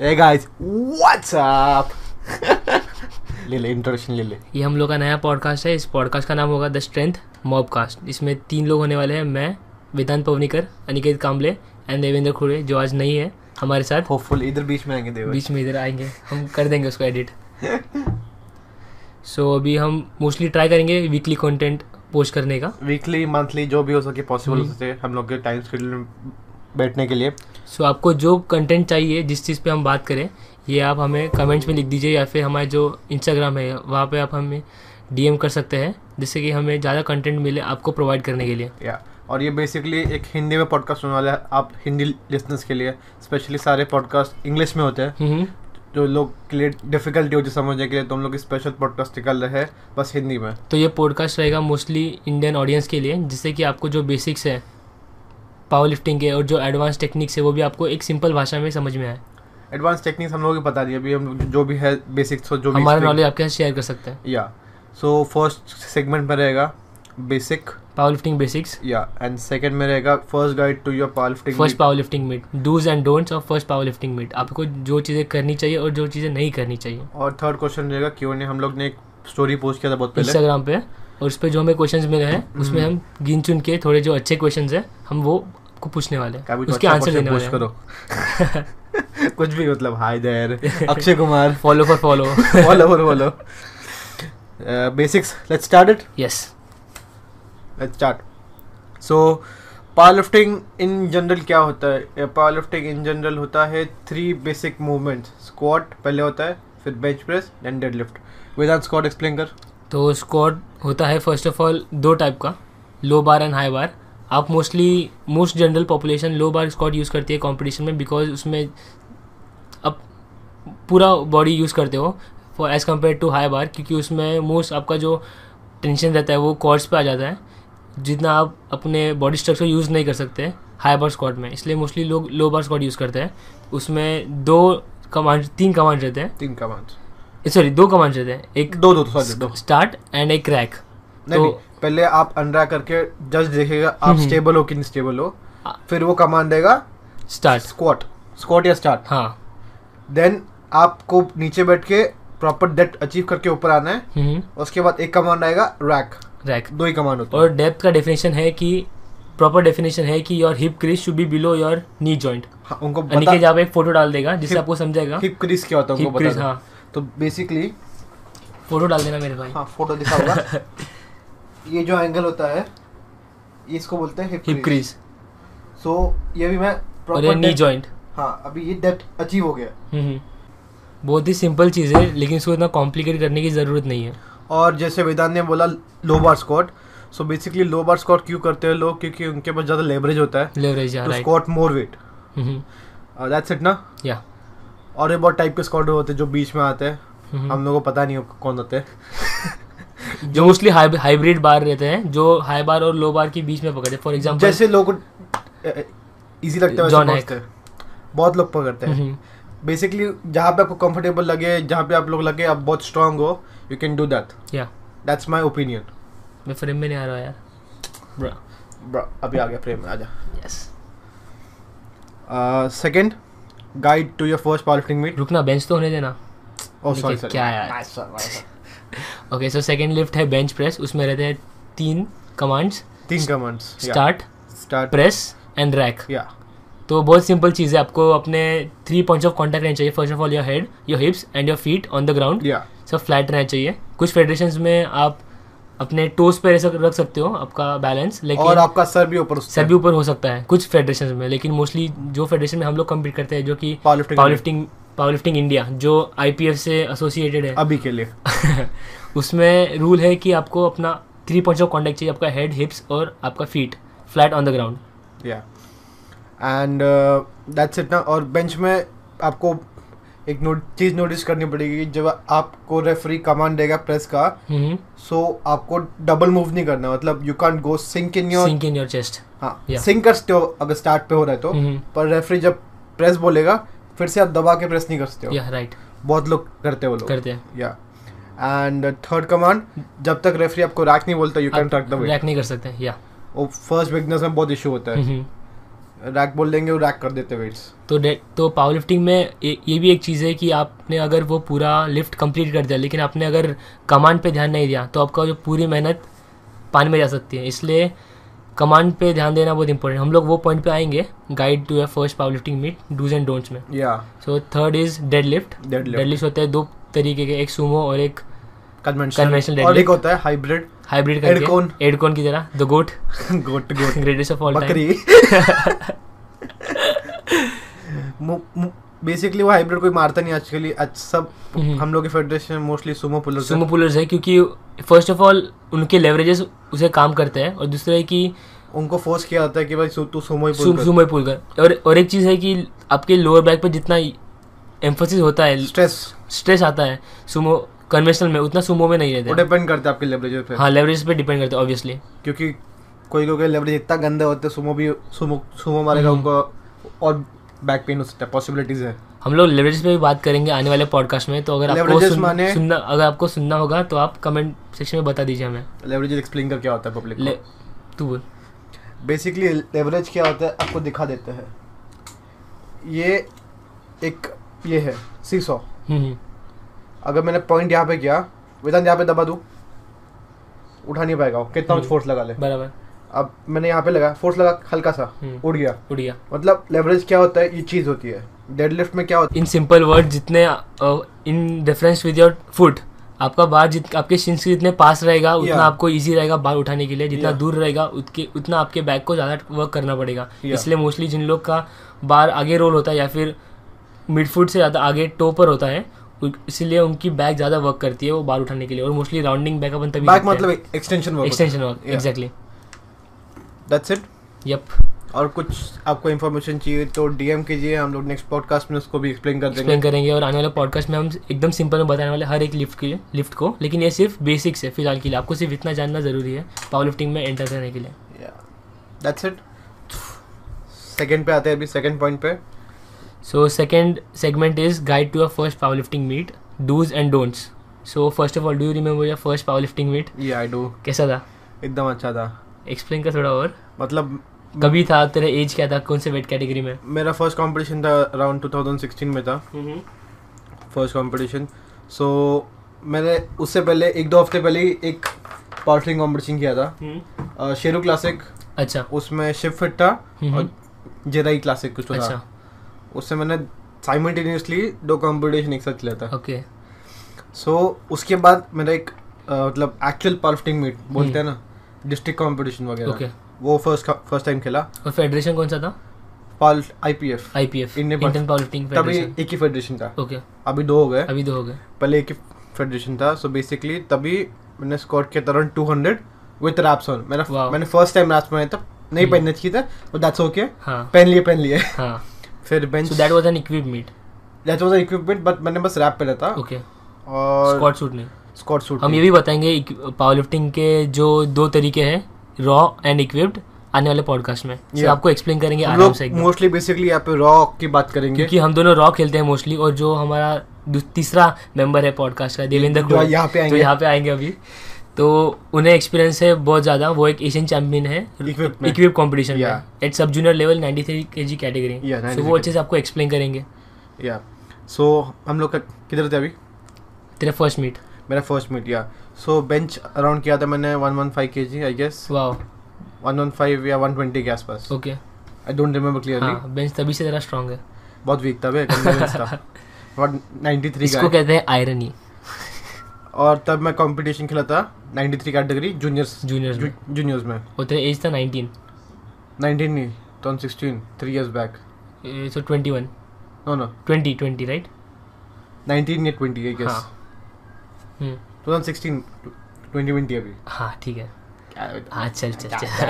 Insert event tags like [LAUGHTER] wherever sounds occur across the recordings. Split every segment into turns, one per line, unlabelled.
ए guys what's up [LAUGHS] ले ले introduction ले ले
ये हम लोग का नया पॉडकास्ट है इस पॉडकास्ट का नाम होगा द स्ट्रेंथ मॉब कास्ट इसमें तीन लोग होने वाले हैं मैं वेदांत पवनीकर अनिकेत कामले एंड देवेंद्र खुड़े जो आज नहीं है हमारे साथ
होपफुल इधर बीच में आएंगे देव
बीच में इधर आएंगे हम कर देंगे उसको एडिट सो अभी हम मोस्टली ट्राई करेंगे वीकली कंटेंट पोस्ट करने का
वीकली मंथली जो भी हो सके पॉसिबल हो सके हम लोग के टाइम शेड्यूल में बैठने के लिए
सो आपको जो कंटेंट चाहिए जिस चीज़ पे हम बात करें ये आप हमें कमेंट्स में लिख दीजिए या फिर हमारे जो इंस्टाग्राम है वहाँ पे आप हमें डीएम कर सकते हैं जिससे कि हमें ज़्यादा कंटेंट मिले आपको प्रोवाइड करने के लिए
या और ये बेसिकली एक हिंदी में पॉडकास्ट होने वाला है आप हिंदी लिसनर्स के लिए स्पेशली सारे पॉडकास्ट इंग्लिश में होते हैं
हम्म,
जो लोग के लिए डिफिकल्टी होती है समझने के लिए तो हम लोग स्पेशल पॉडकास्ट निकाल रहे हैं बस हिंदी में
तो ये पॉडकास्ट रहेगा मोस्टली इंडियन ऑडियंस के लिए जिससे कि आपको जो बेसिक्स है पावर लिफ्टिंग के और जो एडवांस टेक्निक्स है वो भी आपको एक सिंपल भाषा में समझ में आए
तो एडवांस टेक्निक्स हम लोगों को बता दिए अभी हम लोग जो भी है बेसिक्स हो जो भी
हमारा
explain-
नॉलेज आपके साथ शेयर कर सकते हैं
या सो फर्स्ट सेगमेंट में रहेगा बेसिक
पावर लिफ्टिंग बेसिक्स
या एंड सेकंड में रहेगा first guide to your power lifting
first power lifting meet dos and don'ts और फर्स्ट पावर लिफ्टिंग मीट आपको जो चीज़ें करनी चाहिए और जो चीज़ें नहीं करनी चाहिए
और थर्ड क्वेश्चन रहेगा क्यों ने हम लोग ने एक स्टोरी पोस्ट किया था बहुत पहले हम्म।
इंस्टाग्राम पे और उस पर जो हमें क्वेश्चंस मिले हैं उसमें हम गिन चुन के थोड़े जो अच्छे क्वेश्चंस हैं हम वो आपको पूछने वाले हैं
काफी
उसके
अच्छा
आंसर
question
देने वाले
post करो [LAUGHS] कुछ भी मतलब hi
[LAUGHS]
there Akshay Kumar
follow for
[LAUGHS]
follow
बोलो बोलो
[LAUGHS]
बोलो Uh, basics let's start it
yes
let's start so power lifting in general क्या होता है पावर लिफ्टिंग इन जनरल होता है थ्री बेसिक मूवमेंट स्क्वाट पहले होता है फिर bench press then dead lift Vedant squat explain कर
तो स्क्वाड होता है फर्स्ट ऑफ ऑल दो टाइप का low bar and high bar आप mostly most general population low bar squat use करती है कंपटीशन में बिकॉज उसमें आप पूरा बॉडी यूज़ करते हो for as compare to high bar क्योंकि उसमें मोस्ट आपका जो टेंशन रहता है वो कॉर्ड्स पे आ जाता है जितना आप अपने बॉडी स्ट्रक्चर यूज़ नहीं कर सकते हाई बार स्क्वाड में इसलिए मोस्टली लोग लो बार स्क्वाड यूज़ करते हैं उसमें दो कमांड तीन कमांड रहते हैं
तीन का पाँच
सॉरी दो कमांड रहते हैं एक
दो दो सॉरी दो
स्टार्ट एंड एक क्रैक
नहीं,
तो-
नहीं पहले आप अनरा करके जज देखेगा आप
हम्म।
स्टेबल हो कि नहीं स्टेबल हो
हाँ।
फिर वो कमांड देगा
स्टार्ट
स्क्वाट स्क्वाट या स्टार्ट
हाँ
देन आपको नीचे बैठ के प्रॉपर डेप्थ अचीव करके ऊपर आना है
हम्म.
उसके बाद एक कमांड आएगा रैक
रैक
दो ही कमांड होता
और डेप्थ का डेफिनेशन है कि प्रॉपर डेफिनेशन है कि your hip crease should be below your knee joint
है हाँ, उनको
अनिकेत
बता
जहाँ पे एक फोटो डाल देगा जिससे
Hip-
आपको समझेगा
हिप क्रीज क्या होता है
हाँ? हिप
उनको बता
क्रीज
दो।
हाँ
तो बेसिकली
फोटो डाल देना मेरे भाई
हाँ फोटो दिखा
[LAUGHS]
होगा ये जो एंगल होता है ये इसको बोलते हैं
hip
hip crease
crease
so ये भी मैं
और ये
प्रॉपर
नी जॉइंट
हाँ अभी ये डेप्थ अचीव हो गया
हम्म. बहुत ही सिंपल चीज़ है लेकिन इसको इतना कॉम्प्लिकेट करने की ज़रूरत नहीं है
और जैसे वेदांत ने बोला low bar squat so basically low bar squat क्यों करते हैं लोग क्योंकि उनके पास ज़्यादा लेवरेज होता है तो
लेवरेज या
to
right
squat more weight
hmm,
that's it Uh, ना
या
और ये बहुत टाइप के स्क्वाट होते हैं जो बीच में आते हैं
हम्म, Mm-hmm.
हम लोगों को पता नहीं हो- कौन होते हैं
जो मोस्टली हाइब्रिड बार रहते हैं जो हाई बार और लो बार के बीच में पकड़े फॉर एग्जाम्पल
जैसे लोगों को ईजी लगता है वैसे
John
पहुंचते हैं। बहुत लोग
हम्म,
पकड़ते हैं बेसिकली जहाँ पे आपको कंफर्टेबल लगे जहाँ पे आप लोग लगे आप बहुत स्ट्रांग हो यू कैन डू दैट
या
दैट्स माई ओपिनियन
मैं फ्रेम में नहीं आ रहा यार
अभी आ गया फ्रेम में आजा Uh,
yes
second guide to your first power lifting meet
रुकना बेंच तो होने देना
ओ सॉरी
देखिए,
सॉरी
क्या यार। ओके सो सेकंड लिफ्ट है बेंच प्रेस उसमें रहते हैं तीन कमांड्स
तीन commands
start
start
press and rack
या
तो बहुत सिंपल चीज़ है आपको अपने थ्री पॉइंट्स ऑफ कॉन्टैक्ट रहने चाहिए first of all your head your hips and your feet on the ground
या
सब फ्लैट रहना चाहिए कुछ फेडरेशन में आप अपने टोस पे रह सक- रख सकते हो आपका बैलेंस
और
लेकिन
आपका सर भी ऊपर उससे
सभी ऊपर हो सकता है कुछ फेडरेशन में लेकिन मोस्टली जो फेडरेशन में हम लोग कम्पीट करते हैं जो कि
power lifting
power lifting power lifting India जो आई से एसोसिएटेड है
अभी के लिए
[LAUGHS] उसमें रूल है कि आपको अपना थ्री पॉइंट्स ऑफ कॉन्टैक्ट चाहिए आपका हेड हिप्स और आपका feet flat on the ground
या एंड दैट्स इट uh, ना और बेंच में आपको एक नोट चीज़ नोटिस करनी पड़ेगी कि जब आपको रेफरी कमांड देगा प्रेस का
हम्म,
सो आपको डबल मूव नहीं करना मतलब you can't go sink in your
sink in your chest
हाँ
Yeah. Mm-hmm.
सिंक कर सकते हो अगर स्टार्ट पे हो रहा है तो पर रेफरी जब प्रेस बोलेगा फिर से आप दबा के प्रेस नहीं कर सकते हो
या राइट
बहुत लोग करते हैं वो लोग
करते हैं
या एंड थर्ड कमांड जब तक रेफरी आपको रैक नहीं बोलता यू कैन
आप
ट्रैक द वेट
rack नहीं कर सकते या हम्म।
वो फर्स्ट बिगनर्स में बहुत इशू होता है
Mm-hmm.
रैक बोल देंगे वो रैक कर देते वेट्स
तो डे- तो पावर लिफ्टिंग में ये ये भी एक चीज़ है कि आपने अगर वो पूरा लिफ्ट कंप्लीट कर दिया लेकिन आपने अगर कमांड पे ध्यान नहीं दिया तो आपका जो पूरी मेहनत पानी में जा सकती है इसलिए कमांड पे ध्यान देना बहुत इंपॉर्टेंट हम लोग वो पॉइंट पे आएंगे guide to your first power lifting meet dos and don'ts में
या
so third is dead lift
Deadlift.
Dead lift होते हैं दो तरीके के एक सुमो और एक Conventional
कन्वेंशनल और
deadlift.
एक होता है [LAUGHS] हाइब्रिड
हाइब्रिड करके
Headcone.
हेडकोन की तरह the goat [LAUGHS]
goat goat
greatest of all time
बकरी
[LAUGHS]
बेसिकली वो हाइब्रिड कोई मारता नहीं आजकल आज सब
हम्म।
हम लोग की federation mostly sumo pullers
sumo pullers है क्योंकि फर्स्ट ऑफ ऑल उनके लेवरेजेस उसे काम करते हैं और दूसरा है कि
उनको फोर्स किया जाता है कि भाई सु- तू सुमो ही पुल कर
सुमो ही पुल कर और और एक चीज़ है कि आपके लोअर बैक पर जितना एम्फोसिस होता है
स्ट्रेस
स्ट्रेस आता है सुमो कन्वेंशनल में उतना सुमो में नहीं
वो
रहता है।
डिपेंड करता है आपके लेवरेज पे
हाँ लेवरेज पे डिपेंड करता है ऑब्वियसली
क्योंकि कोई कोई लेवरेज इतना गंदे होते हैं सुमो भी सुमो सुमो मारेगा
हम्म।
उनको और बैक पेन हो सकता है पॉसिबिलिटीज है
हम लोग लेवरेज पे भी बात करेंगे आने वाले पॉडकास्ट में तो अगर आपको
Leverages
सुन,
माने-
सुनना अगर आपको सुनना होगा तो आप कमेंट सेक्शन में बता दीजिए हमें
लेवरेज एक्सप्लेन कर क्या होता है पब्लिक
ले तू बोल
बेसिकली लेवरेज क्या होता है आपको दिखा देते हैं ये एक ये है सी सौ
हम्म, हम्म,
अगर मैंने पॉइंट यहाँ पे किया वेदांत यहाँ पे दबा दूँ उठा नहीं पाएगा वो कितना
हम्म।
फोर्स लगा ले
बराबर
अब मैंने यहाँ पे लगा फोर्स लगा हल्का सा
हम्म।
उड़ गया
उड़ गया
मतलब लेवरेज क्या होता है ये चीज़ होती है डेडलिफ्ट में क्या होता
इन सिंपल वर्ड जितने in reference with your foot आपका बार जित आपके शिन्स के जितने पास रहेगा उतना
Yeah.
आपको इजी रहेगा बार उठाने के लिए जितना
Yeah.
दूर रहेगा उतके उतना आपके बैक को ज़्यादा वर्क करना पड़ेगा
Yeah.
इसलिए मोस्टली जिन लोग का बार आगे रोल होता है या फिर मिड फुट से ज़्यादा आगे टो पर होता है उ- इसीलिए उनकी बैक ज़्यादा वर्क करती है वो बार उठाने के लिए और मोस्टली राउंडिंग बैक अपन
है
तभी
बैक मतलब extension work
extension work
Yeah.
Exactly
that's it
yup
और कुछ आपको इन्फॉर्मेशन चाहिए तो डीएम कीजिए हम लोग नेक्स्ट पॉडकास्ट में उसको भी एक्सप्लेन कर देंगे
एक्सप्लेन करेंगे और आने वाले पॉडकास्ट में हम एकदम सिंपल में बताने वाले हर एक लिफ्ट के लिफ्ट को लेकिन ये सिर्फ बेसिक्स है फिलहाल के लिए आपको सिर्फ इतना जानना जरूरी है पावर लिफ्टिंग में एंटर करने के लिए
दैट्स इट सेकंड पे आते हैं अभी सेकंड पॉइंट पे
so second segment is guide to or first power lifting meet dos and don'ts so first of all do you remember your first power lifting meet
ये I do
कैसा था
एकदम अच्छा था
एक्सप्लेन कर थोड़ा और
मतलब
कभी था तेरा एज क्या था कौन से वेट कैटेगरी में
मेरा फर्स्ट कंपटीशन था अराउंड 2016 में था फर्स्ट कंपटीशन सो मैंने उससे पहले एक दो हफ्ते पहले ही एक पावरलिफ्टिंग कंपटीशन किया था अ, शेरू क्लासिक
अच्छा
उसमें शिव फिट था
हम्म।
और जेराई क्लासिक कुछ तो
अच्छा
था उससे मैंने साइमल्टेनियसली दो कंपटीशन एक साथ लिया था
ओके
सो उसके बाद मेरा एक अ, मतलब एक्चुअल पावरलिफ्टिंग मीट बोलते हैं ना डिस्ट्रिक्ट कंपटीशन
हम्म। Okay.
वगैरह वो फर्स्ट फर्स्ट टाइम खेला
और फेडरेशन कौन सा था
पाल IPF
I P F
Indian Park-
Indian power lifting
तभी
फेडरेशन
एक ही फेडरेशन था
ओके
अभी दो हो गए
अभी दो हो गए
पहले एक फेडरेशन था सो बेसिकली तभी मैंने स्कॉट किया around two hundred with wraps on मैंने
Wow.
मैंने फर्स्ट टाइम रैप्स पहने था नहीं
Hmm.
पहनने चाहिए था और दैट्स ओके
हाँ
पहन लिए पहन लिए [LAUGHS]
हाँ
फिर bench
so that was an equip meet
that was equipment but मैंने बस रैप पहना था
ओके
हाँ. और
स्क्वाट सूट नहीं
स्कॉट सूट
हम ये भी बताएंगे पावर लिफ्टिंग के जो दो तरीके हैं रॉ एंड इक्विप्ड आने वाले पॉडकास्ट में
Yeah.
सो आपको एक्सप्लेन करेंगे
हम
आराम से
लोग
एकदम
मोस्टली बेसिकली यहाँ पे रॉक की बात करेंगे
क्योंकि हम दोनों रॉ खेलते हैं मोस्टली और जो हमारा दू- तीसरा मेंबर है पॉडकास्ट का देवेंद्र
जो
खुड़े,
यहाँ पे
जो
आएंगे।
यहाँ पे आएंगे अभी तो उन्हें एक्सपीरियंस है बहुत ज़्यादा वो एक एशियन चैंपियन है
Equip में।
इक्विप कंपटीशन में
Yeah.
एट सब junior level 93 three K G category
Yeah, 93
so वो अच्छे से आपको एक्सप्लेन करेंगे
या सो हम लोग का किधर थे अभी
तेरा फर्स्ट मीट
मेरा फर्स्ट मीट या सो बेंच अराउंड किया था मैंने one one five K G I guess
वाह
वन वन फाइव या वन ट्वेंटी के आसपास
okay
I don't remember clearly
हाँ बेंच तभी से तेरा स्ट्रांग है
बहुत वीक था बे convinced था
[LAUGHS]
और 93
इसको
का
कहते हैं आयरनी
और तब मैं कंपटीशन खेला था 93 कैटेगरी जूनियर्स
जूनियर्स में
जूनियर्स में
और तेरा एज था 19
19 नहीं turn 16 three years back
so 21
no no
20 20 right
19 या 20 आई गेस
हाँ हम्म,
2016 2020 अभी
हाँ ठीक है हाँ चल चल चल
सो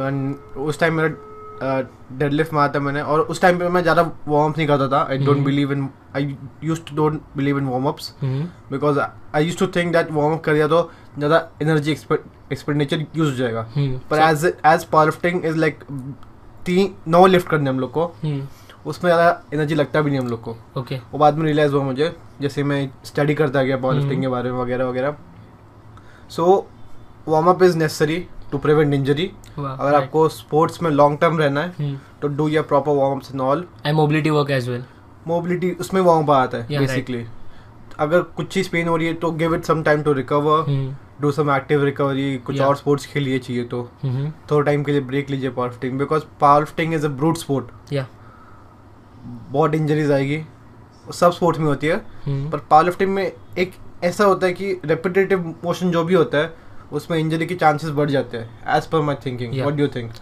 उस टाइम मेरा डेडलिफ्ट मारा था मैंने और उस टाइम पे मैं ज़्यादा वार्म नहीं करता था I don't
hmm.
Believe in I use to don't believe in warm ups
hmm,
because I use to think that warm up कर दिया तो ज़्यादा एनर्जी एक्सपेंडिचर यूज हो जाएगा
हम्म,
पर as as power lifting is like तीन नौ lift करने हम लोग को
हम्म,
उसमें ज़्यादा एनर्जी लगता भी नहीं हम लोग को
ओके
वो बाद में रियलाइज़ हुआ मुझे जैसे मैं स्टडी करता गया पावर लिफ्टिंग
हम्म।
के बारे में वगैरह वगैरह so warm up is necessary to prevent injury
हाँ,
अगर आपको स्पोर्ट्स में लॉन्ग टर्म रहना है
हम्म.
तो do your proper warm ups and all
I mobility work as well
mobility उसमें वार्म आता है
Yeah, right.
बेसिकली अगर कुछ चीज पेन हो रही है तो give it some time to recover do some active recovery कुछ
हम्म। Yeah.
और स्पोर्ट्स खेलिए चाहिए तो
हम्म.
थोड़ा टाइम के लिए ब्रेक लीजिए power lifting because power lifting is a brute sport
या
बहुत इंजरीज आएगी सब स्पोर्ट्स में होती है
हम्म.
पर पावर लिफ्टिंग में एक ऐसा होता है कि रेपिटेटिव मोशन जो भी होता है उसमें इंजरी के चांसेस बढ़ जाते हैं as per my thinking
Yeah.
What do think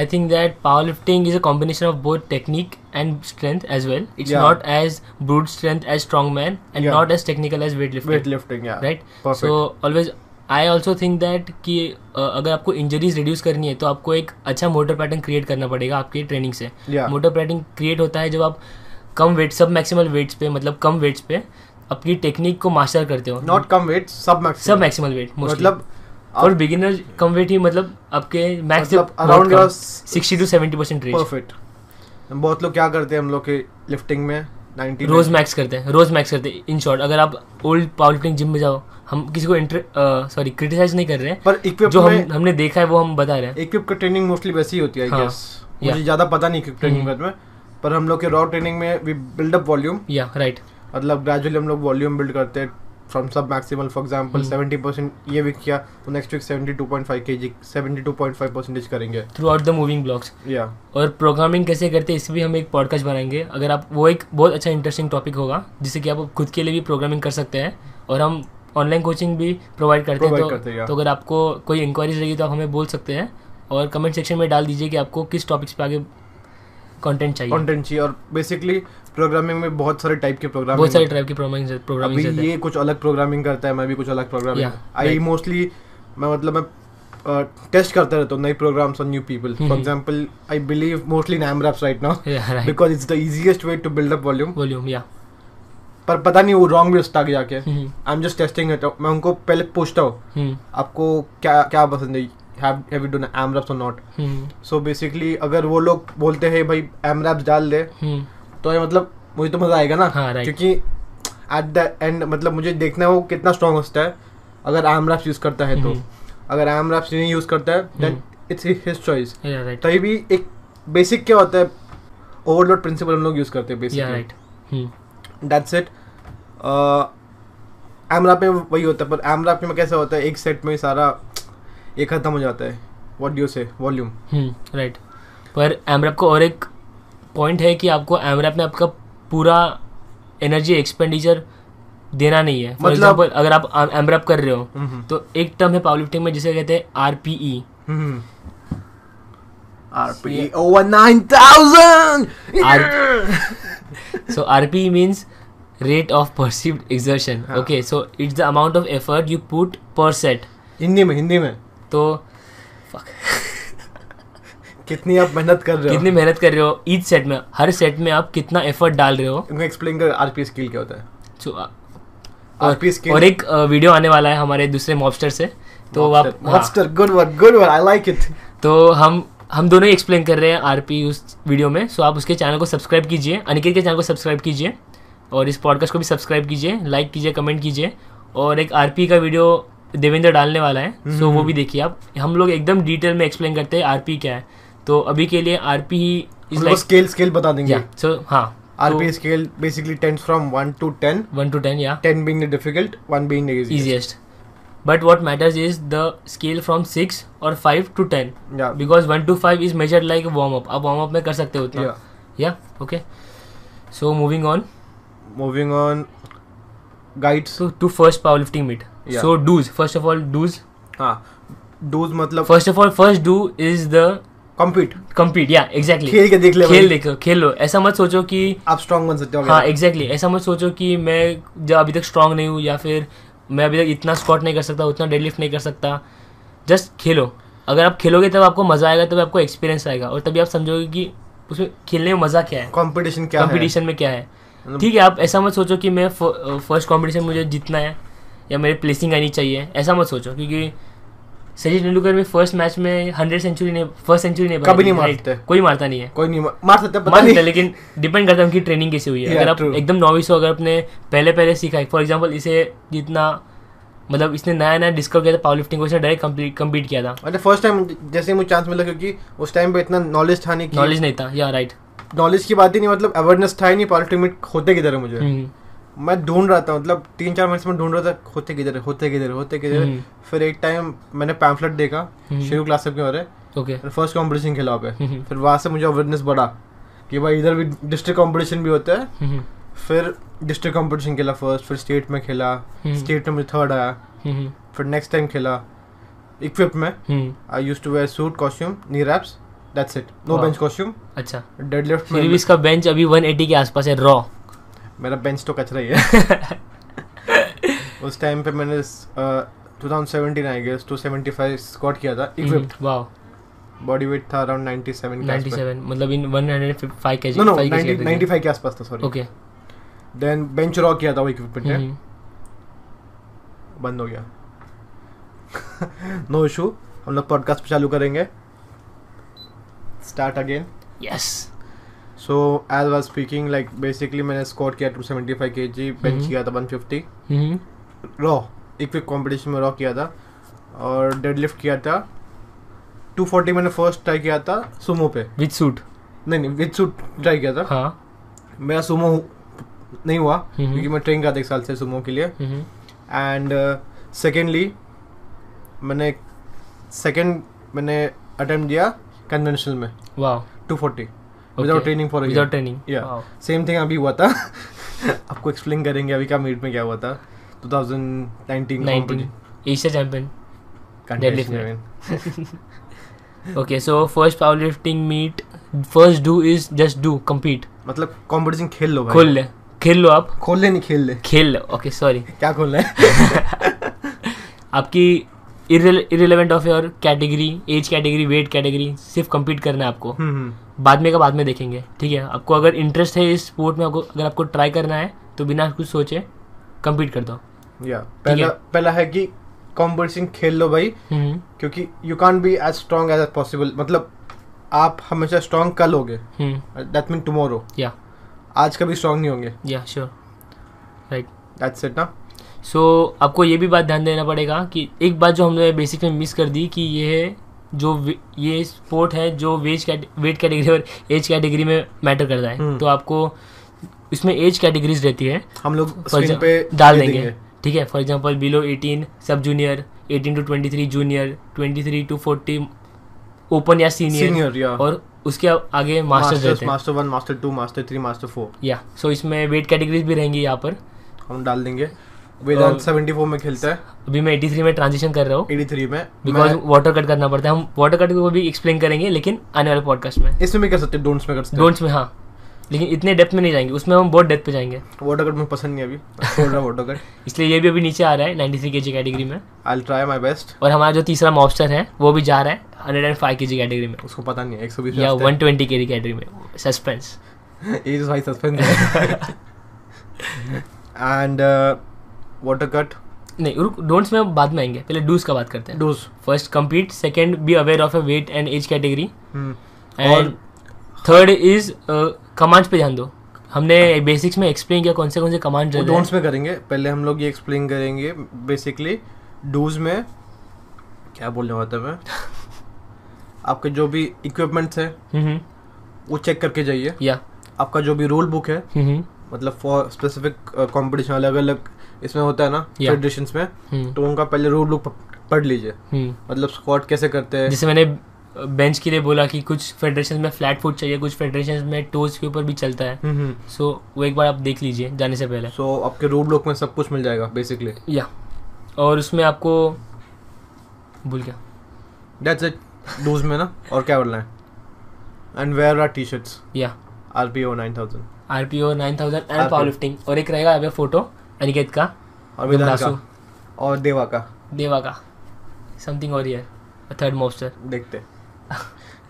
I think that powerlifting is a combination of both technique and strength as well. It's
Yeah.
not as brute strength as strongman and
Yeah.
not as technical as weightlifting.
Weight lifting
Right?
Perfect.
So always I also think that कि अ, अगर आपको injuries reduce करनी है तो आपको एक अच्छा मोटर पैटर्न क्रिएट करना पड़ेगा आपकी ट्रेनिंग से
Yeah.
मोटर पैटर्न क्रिएट होता है जब आप कम वेट सब मैक्सिमल वेट्स पे मतलब कम वेट्स पे अपनी टेक्निक को मास्टर करते हो
नॉट कम weight sub
sub
maximum
maximal weight
मतलब
और बिगिनर कम वेट ही मतलब आपके मैक्स
मतलब around your
sixty to seventy percent range
perfect बहुत लोग क्या करते हैं हम लोग के लिफ्टिंग में 90
रोज मैक्स करते हैं रोज मैक्स करते हैं इन शॉर्ट अगर आप ओल्ड पावरलिफ्टिंग जिम में जाओ हम किसी को सॉरी क्रिटिसाइज नहीं कर रहे हैं
पर इक्विप
जो हम
में
हमने देखा है वो हम बता रहे हैं
इक्विप की ट्रेनिंग मोस्टली वैसी ही होती है आई
हाँ,
गेस मुझे
yeah. Mm-hmm.
ज्यादा पता नहीं इक्विप ट्रेनिंग में पर हम लोग के रॉ ट्रेनिंग में वी बिल्ड अप वॉल्यूम
या राइट
मतलब ग्रेजुअली हम लोग वॉल्यूम बिल्ड करते हैं from sub maximal for example
hmm.
70 percent ये वीक किया तो नेक्स्ट वीक 72.5 केजी 72.5 परसेंटेज करेंगे
throughout the moving blocks
या
और प्रोग्रामिंग कैसे करते हैं इस भी हम एक पॉडकास्ट बनाएंगे अगर आप वो एक बहुत अच्छा इंटरेस्टिंग टॉपिक होगा जिससे कि आप खुद के लिए भी प्रोग्रामिंग कर सकते हैं और हम ऑनलाइन कोचिंग भी प्रोवाइड करते हैं
Provide
तो,
करते हैं, yeah.
तो अगर आपको कोई इंक्वायरीज रहेगी तो आप हमें बोल सकते हैं और कमेंट सेक्शन में डाल दीजिए कि आपको किस टॉपिक्स पे आगे कंटेंट चाहिए
कंटेंट चाहिए और बेसिकली प्रोग्रामिंग में बहुत सारे टाइप के प्रोग्राम
बहुत सारे टाइप की प्रोग्रामिंग
अभी
प्रोग्रामिंग
ये कुछ अलग प्रोग्रामिंग करता है मैं भी कुछ अलग programming
Yeah,
I
right.
Mostly मैं मतलब मैं टेस्ट करता रहता हूँ नई programs on new people for
hmm.
Example I believe mostly in AMRAPs right now
right
because it's the easiest way to build up volume
volume या
पर पता नहीं वो रॉन्ग भी उसका आगे
हम्म।
जाके I am just testing it मैं उनको पहले पूछता हूँ आपको क्या क्या पसंद है हैव यू डन एमरैप्स और नॉट
हम्म,
सो बेसिकली अगर वो लोग बोलते हैं भाई एमरैप्स डाल दे
हम्म,
तो ये मतलब मुझे तो मज़ा आएगा ना
हाँ, right.
क्योंकि एट द एंड मतलब मुझे देखना है वो कितना स्ट्रांग होता है अगर आम रैप्स यूज़ करता है तो
हम्म।
अगर आम रैप्स नहीं यूज़ करता है then it's his choice
right
तभी भी एक बेसिक क्या होता है ओवरलोड प्रिंसिपल हम लोग यूज़ करते हैं
या right
basically
hmm.
That's it AMRAP में Uh, वही होता है पर आम रैप में कैसा होता है एक सेट में सारा ये खत्म हो जाता है वॉट डू से वॉल्यूम
राइट हम्म, पर एमरैप का और एक पॉइंट है कि आपको एमरैप में आपका पूरा एनर्जी एक्सपेंडिचर देना नहीं है फॉर
मतलब- हम्म,
एग्जाम्पल अगर आप एमरैप कर रहे हो तो एक टर्म है पावरलिफ्टिंग में जिसे कहते हैं E. R P E
hmm. RPE over 9000!
so rpe means rate of perceived exertion
हाँ.
okay so it's the amount of effort you put per set
Hindi में हिंदी में
तो
कितनी आप मेहनत कर रहे हो
कितनी मेहनत कर रहे हो ईच सेट में हर सेट में आप कितना एफर्ट डाल रहे हो
उनको एक्सप्लेन कर आरपी स्किल क्या होता है
So, तो, आ-
RPE
और,
scale-
और एक वीडियो आने वाला है हमारे दूसरे मॉबस्टर से तो आप हाँ,
mobster good work good work I like it
तो हम हम दोनों एक्सप्लेन कर रहे हैं आरपी उस वीडियो में सो आप उसके चैनल को सब्सक्राइब कीजिए अनिकेत के चैनल को सब्सक्राइब कीजिए और इस पॉडकास्ट को भी सब्सक्राइब कीजिए लाइक कीजिए कमेंट कीजिए और एक आरपी का वीडियो देवेंद्र डालने वाला है सो वो भी देखिए आप हम लोग एकदम डिटेल में एक्सप्लेन करते हैं आरपी क्या है तो अभी के लिए आरपी इज
इसको
लाइक
स्केल स्केल बता देंगे E
या सो हाँ
RP scale basically tens from 1 to 10
one to ten या
10 being the difficult 1 being the easy
easiest but what matters is the scale from 6 or 5 to 10
Yeah.
because 1 to 5 is measured like a warm up आप warm up में कर सकते हो उतना
Yeah.
या okay so moving on
moving on guides
so to first power lifting meet
Yeah.
So dos first of all dos
हां dos मतलब
first of all first do is the
compete
compete या exactly
खेल के देख ले भाई।
खेल देखो खेल लो ऐसा मत सोचो कि
आप स्ट्रांग बन सकते हो
हाँ एग्जैक्टली ऐसा मत सोचो कि मैं जब अभी तक स्ट्रांग नहीं हूँ या फिर मैं अभी तक इतना स्क्वाट नहीं कर सकता उतना डेडलिफ्ट नहीं कर सकता जस्ट खेलो अगर आप खेलोगे तब आपको मज़ा आएगा तब आपको एक्सपीरियंस आएगा और तभी आप समझोगे कि उसमें खेलने में मज़ा क्या है
कंपटीशन क्या है
कंपटीशन में क्या है
मतलब-
ठीक है आप ऐसा मत सोचो कि मैं फर्स्ट कंपटीशन मुझे जीतना है या मेरी प्लेसिंग आनी चाहिए ऐसा मत सोचो क्योंकि सचिन तेंदुलकर में फर्स्ट मैच में हंड्रेड सेंचुरी नहीं फर्स्ट सेंचुरी नहीं
कभी
बनाई,
नहीं
right?
मारते।
कोई मारता नहीं है
कोई नहीं मा- मार सकते हैं, पता
मान लेते हैं,
नहीं
लेकिन डिपेंड करता है उनकी ट्रेनिंग कैसी हुई है
Yeah,
अगर आप
true.
एकदम नॉविस हो अगर आपने पहले पहले सीखा है फॉर एग्जाम्पल इसे जितना मतलब इसने नया नया डिस्कवर किया था पावर लिफ्टिंग को इसने डायरेक्ट कम्पीट किया था
मतलब फर्स्ट टाइम जैसे मुझे चांस मिला क्योंकि उस टाइम पे इतना नॉलेज था नहीं कि
नॉलेज नहीं था या राइट
नॉलेज की बात ही नहीं मतलब अवेयरनेस था ही नहीं पावर में होते किधर है
हम्म।
मुझे
Hmm.
मैं ढूंढ रहा था मतलब तीन चार मिनट में ढूंढ रहा था होते किधर है, होते किधर है, होते किधर है।
हम्म।
फिर एक टाइम मैंने पैम्फलेट देखा
हम्म।
शुरू क्लास के हो रहे
ओके
फिर फर्स्ट कॉम्पिटिशन खेला पे
हम्म।
फिर वहाँ से मुझे अवेयरनेस बढ़ा कि भाई इधर भी डिस्ट्रिक्ट कॉम्पिटिशन भी होता है
Hmm,
फिर डिस्ट्रिक्ट कंपटीशन खेला फर्स्ट फिर स्टेट में खेला
हम्म।
स्टेट में मुझे थर्ड आया
Hmm,
फिर नेक्स्ट टाइम खेला इक्विप में I use to wear suit costume knee wraps that's it no
Wow.
Bench costume
अच्छा
डेड लिफ्ट
फिर भी
में
इसका बेंच अभी 180 के आसपास है Hmm. रॉ
मेरा बेंच तो कचरा ही है उस टाइम पे मैंने two thousand seventeen I guess two seventy five squat किया था
hmm.
Equip
wow
body weight था अराउंड नाइन्टी सेवन
97 मतलब in 155
no
KG
no ninety five के आसपास था सॉरी
ओके
देन बेंच रॉक किया था वो इक्विपमेंट
हम्म। Hmm,
ने बंद हो गया [LAUGHS] नो इशू हम लोग पॉडकास्ट पे चालू करेंगे start again
yes
so as was speaking like basically मैंने स्कॉट किया 275 seventy five K G bench
hmm.
किया था 150
Hmm,
रॉ एक क्विक कॉम्पिटिशन में रॉ किया था और डेडलिफ्ट किया था 240 मैंने फर्स्ट ट्राई किया था सुमो पे
विद सूट
नहीं नहीं विद सूट ट्राई किया था
हाँ
मेरा सुमो नहीं हुआ
हम्म।
क्योंकि मैं ट्रेन करता एक साल से सुमो के लिए
हम्म,
एंड सेकेंडली uh, मैंने सेकेंड मैंने अटेम्प्ट दिया कन्वेंशनल में
wow
240 without training for
without training
Yeah. Same thing अभी हुआ था [LAUGHS] आपको एक्सप्लेन करेंगे अभी का मीट में क्या हुआ था 2019
19 एशिया चैंपियन deadlift में।
Contest
okay so first power lifting meet first do is just do compete
मतलब कंपटीशन खेल लो भाई
खोल ले खेल लो आप
खोल ले नहीं खेल ले
खेल लो ओके सॉरी
क्या खोलना
[LAUGHS]
है
आपकी irrelevant of your category age category weight category सिर्फ कम्पीट करना है आपको
हम्म, हम्म,
बाद में का बाद में देखेंगे ठीक है आपको अगर इंटरेस्ट है इस स्पोर्ट में आपको अगर आपको ट्राई करना है तो बिना कुछ सोचे कम्पीट कर दो
या पहला पहला है कि कंपटीशन खेल लो भाई
हम्म,
क्योंकि you can't be as strong as possible मतलब आप हमेशा स्ट्रांग कल होगे
हम्म,
दैट मीन टुमारो
या
आज कभी स्ट्रांग नहीं होंगे
या श्योर राइट
दैट्स इट ना
सो आपको ये भी बात ध्यान देना पड़ेगा कि एक बात जो हमने बेसिक में मिस कर दी कि ये है जो वे- ये स्पोर्ट है जो वेज कैट वेट कैटेगरी और एज कैटेगरी में मैटर करता है
हम्म।
तो आपको इसमें एज कैटेगरीज रहती है
हम लोग
For
स्क्रीन
exa-
पे
डाल
दे
देंगे ठीक है for example below 18 sub junior 18 to 23 junior 23 to 40 open या सीनियर
सीनियर या
और उसके आगे मास्टर्स रहते हैं
master one master two master three master four
या सो इसमें वेट कैटेगरीज भी रहेंगी यहाँ पर
हम डाल देंगे वेदांत
और-
सेवेंटी फोर में खेलता है
अभी मैं 83 में ट्रांजिशन कर रहा हूँ
एटी थ्री में
बिकॉज
मैं-
वाटर कट करना पड़ता है हम वाटर कट को भी एक्सप्लेन करेंगे लेकिन आने वाले पॉडकास्ट में
इसमें भी कर सकते डोंट्स में कर सकते
डोंट्स में हाँ लेकिन इतने डेप्थ में नहीं जाएंगे उसमें हम बहुत डेप्थ पे जाएंगे
वाटर कट मुझे पसंद नहीं अभी मैं छोड़ रहा वाटर कट
इसलिए ये भी अभी नीचे आ रहा है ninety three K G category में
आई ट्राई माई बेस्ट
और हमारा जो तीसरा मॉबस्टर है वो भी जा रहा है hundred and five K G category में
उसको पता नहीं है एक सौ
या वन
बीस [LAUGHS]
ट्वेंटी के कैटेगरी में सस्पेंस
ये जो भाई सस्पेंस है
[LAUGHS]
एंड वाटर कट
नहीं रुक डोंट्स में बाद में आएंगे पहले डूज का बात करते हैं
do's
first compete second be aware of a weight and age category
और-
and third is commands uh, पे ध्यान दो हमने बेसिक्स में एक्सप्लेन किया कौन से कौन से कमांड
वो
रहते
डोंट्स
हैं
में करेंगे पहले हम लोग ये एक्सप्लेन करेंगे बेसिकली डूज में क्या बोलने वाला था मैं आपके जो भी इक्विपमेंट्स है
हम्म,
वो चेक करके जाइए
या
आपका जो भी रूल बुक है
हम्म,
मतलब uh, फॉर स्पेसिफिक कंपटीशन अलग अलग इसमें होता है ना
Yeah.
फेडरेशन में
हम्म,
तो उनका पहले रूल बुक पढ़ लीजिए
हम्म।
मतलब स्क्वाट कैसे करते हैं
जैसे मैंने बेंच के लिए बोला कि कुछ फेडरेशन में फ्लैट फुट चाहिए कुछ फेडरेशन में टोज के ऊपर भी चलता है सो वो एक बार आप देख लीजिए जाने से पहले
सो हम्म, आपके रूल बुक में सब कुछ मिल जाएगा बेसिकली
या और उसमें आपको भूल गया
दैट्स इट डूज में ना और क्या बोलना है and where are T shirts
या
R P O nine thousand
R P O nine thousand and
RPO.
Power lifting और एक रहेगा अभी फोटो अनिकेत का
और वेदांत
दुमरासु,
का और देवा का
देवा का समथिंग और ये थर्ड मॉस्टर
देखते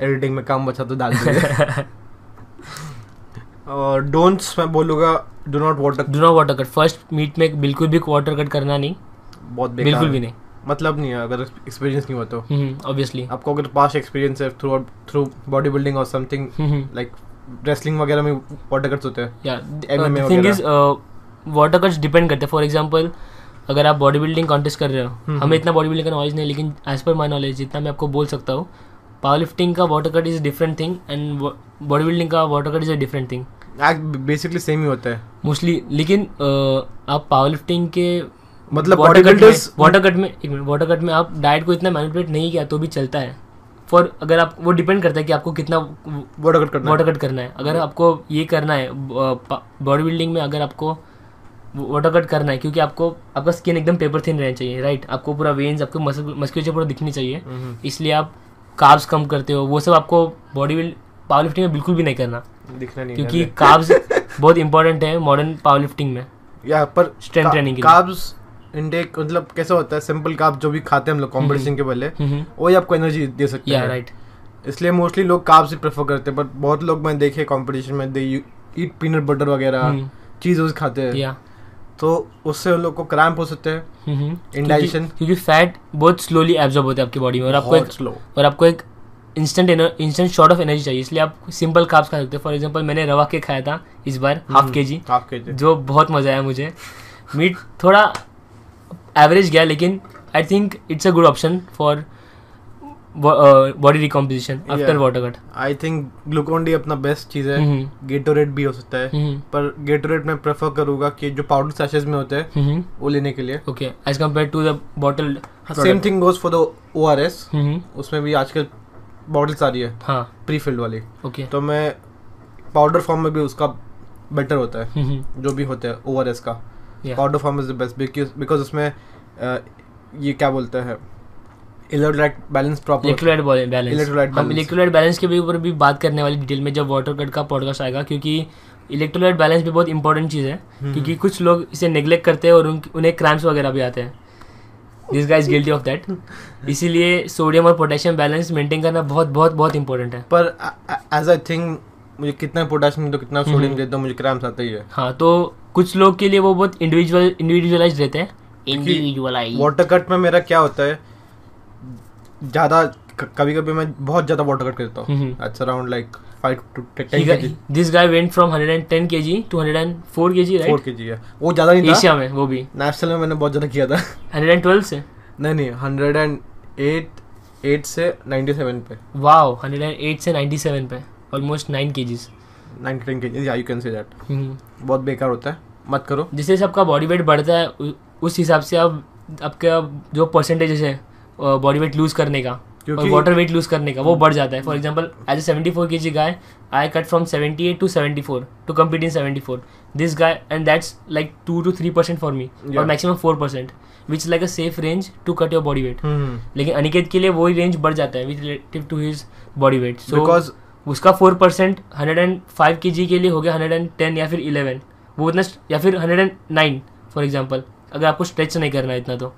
एडिटिंग में काम बचा तो डाल देंगे
[LAUGHS]
और डोंट्स मैं बोलूँगा do not water
do not water cut first meet में बिल्कुल भी वाटर कट करना नहीं
बहुत बेकार
बिल्कुल भी
है।
नहीं
मतलब नहीं है अगर एक्सपीरियंस नहीं हुआ तो
हम्म। ऑब्वियसली
आपको अगर पास्ट एक्सपीरियंस है थ्रू थ्रू बॉडी बिल्डिंग और समथिंग
हम्म,
लाइक रेसलिंग वगैरह में वाटर कट्स होते हैं
या
MMA
uh, thing is water cuts depend करते हैं फॉर एग्जाम्पल अगर आप बॉडी बिल्डिंग कॉन्टेस्ट कर रहे हो
हम्म,
हमें इतना बॉडी बिल्डिंग का नॉलेज नहीं लेकिन एज पर माई नॉलेज जितना मैं आपको बोल सकता हूँ पावर लिफ्टिंग का water cut is different thing and body building का water cut is a different thing
basically same ही होता है
मोस्टली लेकिन अ, आप पावर लिफ्टिंग के
मतलब
वाटर कट में
bodybuilders-
वाटर कट में एक मिनट वाटर कट में आप डाइट को इतना मैनिपुलेट नहीं किया तो भी चलता है फॉर अगर आप वो डिपेंड करता है कि आपको कितना
वाटर कट करना है। हाँ।
वाटर कट करना है अगर आपको ये करना है बॉडी बिल्डिंग में अगर आपको वाटर कट करना है क्योंकि आपको आपका स्किन एकदम पेपर थिन रहना चाहिए राइट आपको पूरा वेन्स आपको मस्क्यूचर पूरा दिखनी चाहिए
हम्म,
इसलिए आप कार्ब्स कम करते हो वो सब आपको बॉडी बिल्ड पावर लिफ्टिंग में बिल्कुल भी नहीं करना
दिखना नहीं
क्योंकि कार्ब्स बहुत इंपॉर्टेंट है मॉडर्न पावर लिफ्टिंग में
या पर
strength training के लिए।
कार्ब्स इंटेक मतलब कैसा होता है सिंपल कार्ब जो भी खाते हैं हम लोग
हम्म,
कॉम्पिटिशन के पहले वही आपको एनर्जी दे सकते
या
हैं
राइट
इसलिए मोस्टली लोग कार्ब्स ही प्रेफर करते हैं बट बहुत लोग मैं देखे कंपटीशन में दे ईट पीनट बटर वगैरह
हम्म।
चीज उस खाते हैं
या
तो उससे उन लोग को क्रैम्प हो सकते हैं Indigestion.
हम्म, क्योंकि फैट बहुत स्लोली एब्जॉर्ब होता है आपकी बॉडी में और आपको
बहुत
एक
slow।
और आपको एक instant instant short of energy चाहिए इसलिए आप सिंपल कार्ब्स खा सकते हो फॉर एग्जांपल मैंने रवा केक खाया था इस बार
हम्म।
Half K G
half K G
जो बहुत मज़ा आया मुझे मीट थोड़ा एवरेज गया लेकिन I think it's a good option for body recomposition after
Yeah.
Water cut
I think Glucon D अपना बेस्ट चीज है
हम्म।
गेटोरेट भी हो सकता है पर गेटोरेट मैं प्रेफर करूंगा कि जो पाउडर सैशेज में होते हैं
हम्म,
वो लेने के लिए
okay as compare to the bottle
same thing goes for the O R S उसमें भी आजकल बॉटल्स आ रही है
हम्म, हाँ
प्री फिल्ड वाली
ओके
तो मैं पाउडर फॉर्म में भी उसका बेटर होता है
हम्म,
जो भी होता है ओ आर एस का
yeah.
Powder form is the best because उसमें अ, ये क्या बोलते हैं electrolyte balance proper
electrolyte balance
Electrolyte
हम
balance.
इलेक्ट्रोलाइट बैलेंस के भी ऊपर भी बात करने वाली डिटेल में जब वाटर कट का पॉडकास्ट आएगा क्योंकि इलेक्ट्रोलाइट बैलेंस भी बहुत इंपॉर्टेंट चीज़ है क्योंकि कुछ लोग इसे नेग्लेक्ट करते हैं और उन, उन्हें क्रैम्प्स वगैरह भी आते हैं this guys guilty of that इसीलिए सोडियम और पोटेशियम बैलेंस मेंटेन करना बहुत बहुत बहुत इंपॉर्टेंट है
पर एज आई थिंक मुझे कितना पोटाशियम तो कितना सोडियम देता हूँ मुझे क्रैम्स आता ही है
हाँ तो कुछ लोग के लिए वो बहुत इंडिविजुअल इंडिविजुअलाइज रहते हैं
क्योंकि
इंडिविजुअलाइज
वाटर कट में मेरा क्या होता है ज़्यादा कभी कभी मैं बहुत ज़्यादा वाटर कट करता हूँ
हम्म।
It's around like five to ten
this guy went from 110 kg to 104 kg
four
right
K G है वो ज़्यादा नहीं था
एशिया में वो भी
नेशनल में मैंने बहुत ज़्यादा किया था [LAUGHS]
112 से
नहीं नहीं हंड्रेड एंड एट एट से नाइन्टी सेवन पे
वाओ 108 से 97 पे almost 9 KGs
ninety ten K G you can say that बहुत बेकार होता है मत करो
हम्म, जिससे जैसे आपका बॉडी वेट बढ़ता है उ- उस हिसाब से आप आपका जो परसेंटेजेस है बॉडी वेट लूज करने का और
क्योंकि-
वाटर वेट लूज करने का वो बढ़ जाता है for example as a seventy four K G guy I cut from seventy eight to seventy four to compete in seventy four this guy and that's like two to three percent for me और
Yeah.
Maximum four percent which like a safe range to cut your body weight लेकिन अनिकेत के लिए वही range बढ़ जाता है with relative to his body weight so
because
उसका four percent hundred and five K G के लिए हो गया हंड्रेड एंड टेन या फिर इलेवन वो उतना या फिर hundred and nine for example अगर आपको स्ट्रेच नहीं करना है इतना तो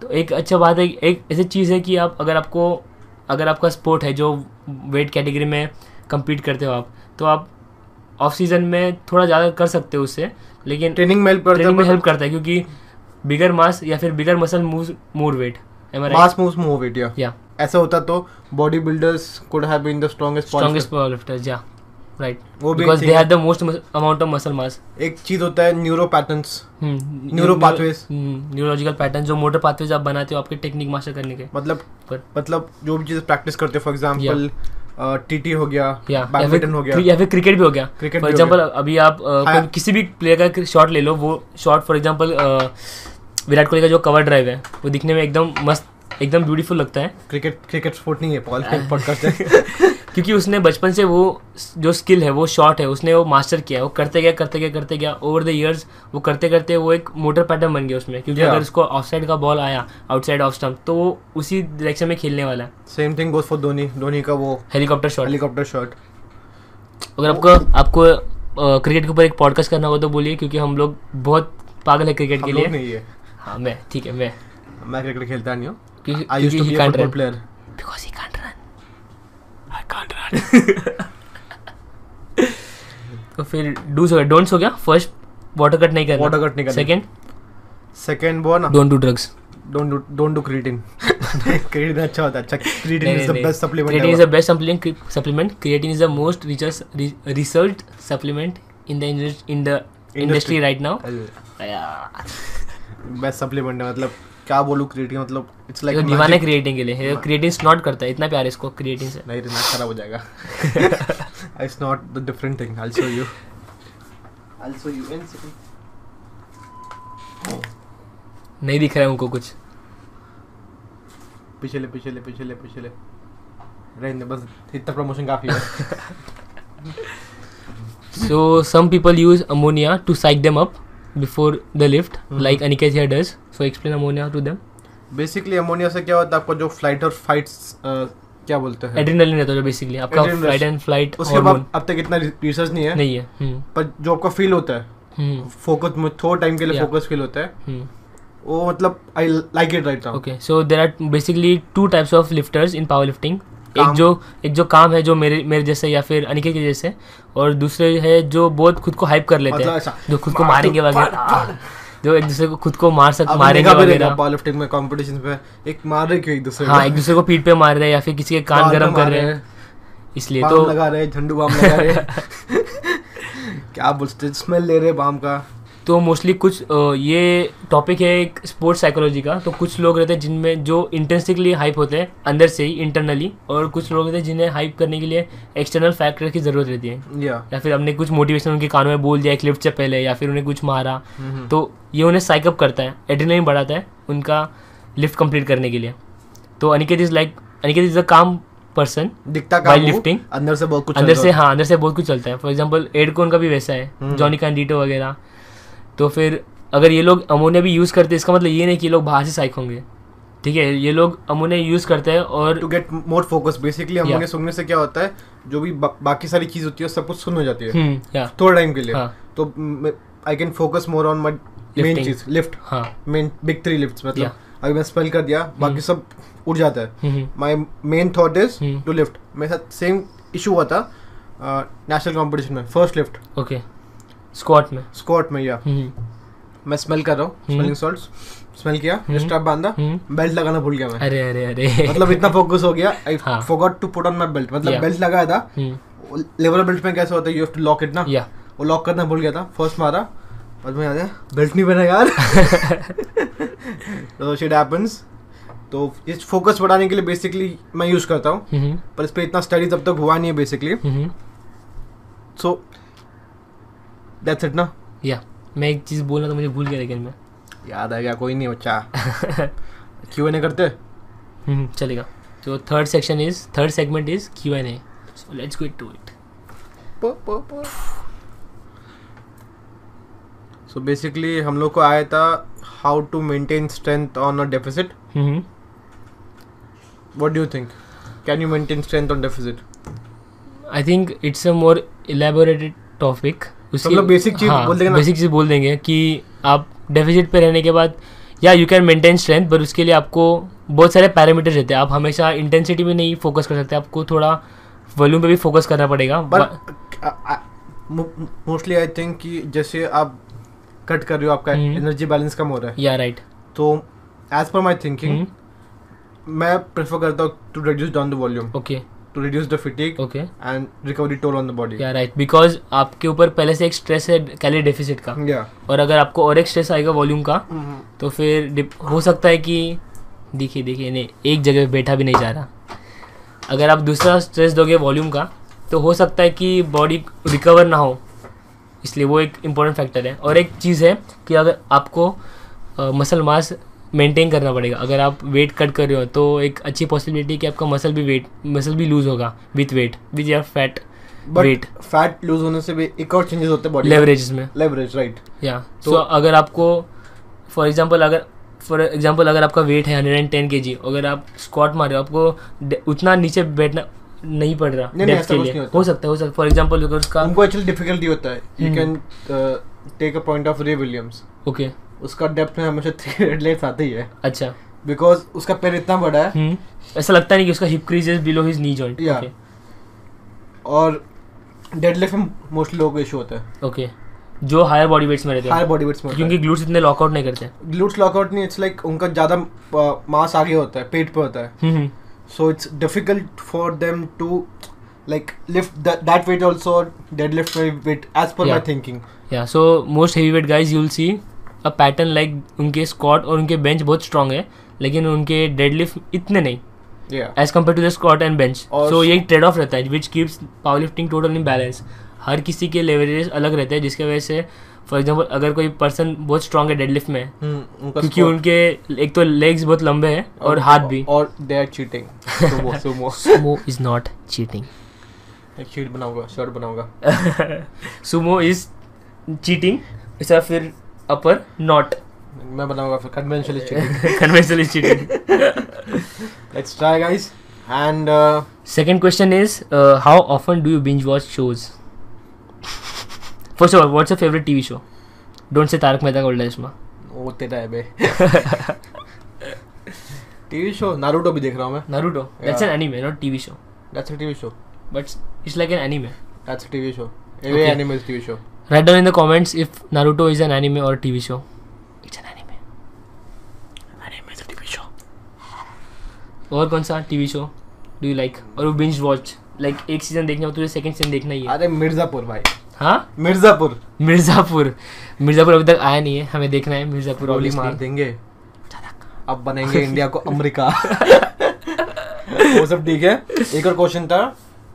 तो एक अच्छा बात है एक ऐसी चीज़ है कि आप अगर आपको अगर आपका स्पोर्ट है जो वेट कैटेगरी में कम्पीट करते हो आप तो आप ऑफ सीजन में थोड़ा ज़्यादा कर सकते हो उससे लेकिन
ट्रेनिंग में हेल्प करता
ट्रेनिंग में हेल्प
है मतलब
करता है क्योंकि बिगर मास या फिर bigger muscle move more weight am I
mass moves move it या
या
ऐसा होता तो body builders could have been the strongest
strongest power lifters या राइट
वो भी
बिकॉज
एक
they
thing-
have the most amount of muscle mass
एक चीज होता है neuro patterns
neuro
Hmm. Neuro pathways.
Neurological pattern Hmm. जो मोटर पाथवेज आप बनाते हो आपके टेक्निक मास्टर करने के
मतलब
पर
मतलब जो भी चीज़ प्रैक्टिस करते हो फॉर एग्जांपल टीटी हो गया
या या फिर
बैडमिंटन हो
क्रि-
गया
या फिर क्रिकेट भी हो गया
Cricket
फॉर
भी हो
एग्जाम्पल अभी आप अ,
हाँ।
कोई- किसी भी प्लेयर का शॉट ले लो वो shot for example Virat Kohli का जो कवर ड्राइव है वो दिखने में एकदम मस्त एकदम ब्यूटीफुल लगता है
क्रिकेट क्रिकेट स्पोर्ट नहीं है पॉल
[LAUGHS]
पॉडकास्ट है
क्योंकि उसने बचपन से वो जो स्किल है वो शॉट है उसने वो मास्टर किया है, वो करते गया करते गया करते गया ओवर द इयर्स वो करते करते वो एक मोटर पैटर्न बन गया उसमें क्योंकि
Yeah.
अगर उसको ऑफ साइड का बॉल आया आउटसाइड ऑफ स्टम्प तो वो उसी डायरेक्शन में खेलने वाला है
same thing goes for Dhoni Dhoni का वो
हेलीकॉप्टर शॉट
हेलीकॉप्टर शॉट
अगर आपको आपको क्रिकेट के ऊपर एक पॉडकास्ट करना होगा तो बोलिए क्योंकि हम लोग बहुत पागल है क्रिकेट के
हम लोग
लिए
नहीं है
हाँ मैं ठीक है मैं
मैं क्रिकेट खेलता नहीं हूँ
क्योंकि
आई यूज्ड
क्योंकि
to
he
be
can't
football
run.
Player
Because he can't run. I can't run. [LAUGHS] तो फिर डूज हो गया डोंट्स हो गया फर्स्ट वाटर कट नहीं करना
Water cut नहीं करना। हाँ।
सेकंड
सेकंड वो ना
don't do drugs
don't do don't do [LAUGHS] creatine creatine अच्छा होता है अच्छा creatine is the best supplement
creatine is the best supplement supplement creatine is the most research research supplement in the in the industry right now
best supplement है मतलब क्या बोलूं creating मतलब it's like
दीवाना क्रिएटिंग के लिए creating snout करता है इतना प्यार है इसको क्रिएटिंग से
नहीं दिमाग खराब हो जाएगा [LAUGHS] it's not the different thing I show you I show you इन
नहीं दिख रहा है उनको कुछ
पिछले पिछले पिछले पिछले रहने बस इतना प्रमोशन काफी है
So some people use ammonia to psych them up before the lift,
Hmm.
like Aniket here does. So explain ammonia to them.
Basically ammonia से क्या होता है आपका जो फ्लाइट और फाइट क्या बोलते हैं
एड्रेनलिन रहता है जो बेसिकली आपका
Adrenaline
फ्लाइट एंड फ्लाइट
उसके बाद
हार्मोन
अब तक इतना रिसर्च नहीं है
नहीं है हम्म,
पर जो आपका फील होता है
हम्म,
फोकस में थोड़ा टाइम के लिए
Yeah.
फोकस फील होता है
हम्म।
वो मतलब I like it right now
Okay, so there are basically two types of lifters in powerlifting. एक
काम।
जो एक जो काम है जो मेरे मेरे जैसे या फिर अनिकेत के जैसे और दूसरे है जो बहुत खुद को हाइप कर लेते
मतलब
हैं
ऐसा,
जो खुद को
मार दो,
मारेंगे
फाड़,
वगैरह
फाड़।
हाँ, जो एक दूसरे को खुद को मार सक
अब
मारेंगे
निगाह भी रहेगा
वगैरह
पावर लिफ्टिंग में कंपटीशन में एक मार रहे क्यों एक दूसरे
हाँ एक दूसरे को पीठ पे मार रहे हैं या फिर किसी के कान
बाल तो में
गर्म कर
मार
रहे
रहे
हैं इसलिए
बाम
तो
लगा रहे झंडू बाम लगा रहे [LAUGHS] क्या बोलते स्मेल ले रहे बाम का
तो मोस्टली कुछ अ, ये टॉपिक है एक स्पोर्ट्स साइकोलॉजी का तो कुछ लोग रहते हैं जिनमें जो इंटेंसिकली हाइप होते हैं अंदर से ही इंटरनली और कुछ लोग रहते हैं जिन्हें हाइप करने के लिए एक्सटर्नल फैक्टर की ज़रूरत रहती है
या
या फिर हमने कुछ मोटिवेशन उनके कानों में बोल दिया एक लिफ्ट से पहले या फिर उन्हें कुछ मारा तो ये उन्हें साइकअप करता है एड्रेनलिन बढ़ाता है उनका लिफ्ट कंप्लीट करने के लिए तो Aniket is like Aniket is a calm person
दिखता
While
काम वो,
lifting,
अंदर से बहुत कुछ
अंदर
चल
से
रहा
हाँ अंदर से बहुत कुछ चलता है फॉर एग्जाम्पल एडकोन का भी वैसा है
हम्म।
जॉनी कैंडिटो वगैरह तो फिर अगर ये लोग अमोनिया भी यूज़ करते हैं इसका मतलब ये नहीं कि ये लोग बाहर से साइक होंगे ठीक है ये लोग अमोनिया यूज़ करते हैं
है
और
to get more focus basically
Yeah.
हमने सुनने से क्या होता है जो भी बा- बाकी सारी चीज होती है सब कुछ सुन हो जाती है
हम्म, या
थोड़ा टाइम के लिए
हाँ
तो I can focus more on my main
Lifting.
चीज लिफ्ट
हाँ
मेन बिग थ्री लिफ्ट मतलब
Yeah.
अभी मैं स्पेल कर दिया बाकी सब उड़ जाता है
हम्म,
my main thought is
hmm.
To lift मेरे साथ सेम इशू हुआ था नेशनल कंपटीशन में फर्स्ट लिफ्ट
हम्म, ओके स्क्वाट में
स्क्वाट में या
हम्म,
मैं स्मेल कर रहा हूँ
हम्म।
स्मेलिंग सॉल्ट स्मेल किया
हम्म।
स्ट्रैप बांधा
हम्म।
बेल्ट लगाना भूल गया मैं
अरे अरे अरे
मतलब इतना फोकस हो गया आई
हाँ।
Forgot to put on my belt मतलब
Yeah.
बेल्ट लगाया था
हम्म,
लेवल बेल्ट में कैसे होता है you have to lock it ना
या
वो लॉक करना भूल गया था फर्स्ट मारा और मैं याद है बेल्ट नहीं पहना यार तो शिट हैपेंस तो इस फोकस बढ़ाने के लिए बेसिकली मैं यूज़ करता हूँ
हम्म,
पर इस पर इतना स्टडी तब तक हुआ नहीं है बेसिकली
हम्म,
सो दैट्स इट ना
या मैं एक चीज़ बोल रहा था मुझे भूल गया लेकिन मैं
याद आ गया कोई नहीं बच्चा क्यों नहीं करते
हम्म, चलेगा तो third section is third segment is Q and A so let's get to it
so basically हम लोग को आया था how to maintain strength on a deficit
hmm
what do you think can you maintain strength on deficit
I think it's a more elaborated topic
मतलब basic चीज बोल देंगे ना?
बेसिक हाँ, चीज़ बोल देंगे कि आप डेफिसिट पे रहने के बाद या यू कैन मेंटेन स्ट्रेंथ पर उसके लिए आपको बहुत सारे पैरामीटर्स रहते हैं आप हमेशा इंटेंसिटी में नहीं फोकस कर सकते आपको थोड़ा वॉल्यूम पे भी फोकस करना पड़ेगा वा-
पर मोस्टली आई थिंक कि जैसे आप कट कर रहे हो आपका
हम्म।
एनर्जी बैलेंस कम हो रहा है
या राइट
तो एज पर माई थिंकिंग
हम्म,
मैं प्रेफर करता हूँ to reduce down the volume
okay
to reduce the fatigue
okay
and recovery toll on the body
या राइट बिकॉज आपके ऊपर पहले से एक स्ट्रेस है कैलोरी डेफिसिट का
या
और अगर आपको और एक स्ट्रेस आएगा वॉल्यूम का तो फिर डिप- हो सकता है कि देखिए देखिए नहीं एक जगह पे बैठा भी नहीं जा रहा अगर आप दूसरा स्ट्रेस दोगे वॉल्यूम का तो हो सकता है कि बॉडी रिकवर ना हो इसलिए वो एक इम्पोर्टेंट फैक्टर है और एक चीज़ है कि अगर आपको मसल मास मेंटेन करना पड़ेगा अगर आप वेट कट कर रहे हो तो एक अच्छी पॉसिबिलिटी है कि आपका मसल भी वेट मसल भी लूज होगा with weight with your fat
but
Weight.
Fat lose होने से भी एक और चेंजेस होते हैं बॉडी
लेवरेज में
लेवरेज राइट
या
तो-
तो अगर आपको फॉर एग्जांपल अगर फॉर एग्जांपल अगर आपका वेट है hundred and ten K G अगर आप स्क्वाट मार रहे हो आपको डे- उतना नीचे बैठना नहीं पड़ रहा
नहीं,
depth
ऐसा कुछ नहीं होता।
हो सकता है हो सकता है फॉर एग्जांपल अगर उसका
उनको एक्चुअली डिफिकल्टी होता है uh, you
hmm.
Can take a point of Ray Williams
okay
उसका डेप्थ में हमेशा थ्री रेड लाइट्स आती ही है
अच्छा
बिकॉज उसका पैर इतना बड़ा है
हम्म ऐसा लगता नहीं कि उसका hip crease is below his knee joint
Yeah.
Okay
और डेडलिफ्ट में मोस्टली लोगों को इशू होता है
ओके जो हायर बॉडी वेट्स में रहते
हायर
हैं
बॉडी वेट्स में
क्योंकि ग्लूट्स इतने लॉकआउट नहीं करते
ग्लूट्स लॉकआउट नहीं इट्स लाइक उनका ज़्यादा मास आगे होता है पेट पे होता है
हम्म हम्म,
so it's difficult for them to like lift that weight also dead lift weight as per my
Yeah.
Thinking
yeah so most heavyweight guys you'll see का पैटर्न लाइक उनके स्कॉट और उनके बेंच बहुत स्ट्रांग है लेकिन उनके deadlift इतने नहीं
yeah
as compare to the squat and bench
और-
सो ये एक ट्रेड ऑफ रहता है which keeps power lifting total in balance हर किसी के लेवरेज अलग रहते हैं जिसके वजह से फॉर एग्जाम्पल अगर कोई पर्सन बहुत स्ट्रांग है डेडलिफ्ट में
हम्म, उनका
क्योंकि
squat-
उनके एक तो लेग्स बहुत लंबे हैं और हाथ भी
और they are cheating
[LAUGHS]
Sumo sumo
sumo is not cheating [LAUGHS]
एक शीट बनाऊंगा शर्ट बनाऊंगा
सुमो इज चीटिंग इसका फिर अपर नॉट [LAUGHS]
मैं बनाऊंगा फिर conventional cheating
conventional is cheating
let's try guys and
Second question is uh, how often do you binge watch shows? First of all, what's your favorite TV show? Don't say Tarak Mehta ka Ulta Chashma.
वो तेरा है
[LAUGHS]
बे TV show Naruto भी देख रहा हूँ मैं
Naruto. That's
Yeah.
an anime, not TV show.
That's a TV show
But it's like an anime.
That's a TV show एवे
Okay.
Animals TV show
Write down in the comments if Naruto is an anime or a TV show. It's an anime. Anime is a TV show. और कौन सा TV show do you like और वो binge watch like एक season देखना हो तो तुझे सेकंड सीजन देखना ही है
अरे मिर्जापुर भाई
हाँ
मिर्जापुर
मिर्जापुर मिर्जापुर अभी तक आया नहीं है हमें देखना है मिर्जापुर
गोली
obviously.
मार देंगे अब
[LAUGHS]
बनेंगे इंडिया को अमेरिका वो सब ठीक है एक और क्वेश्चन था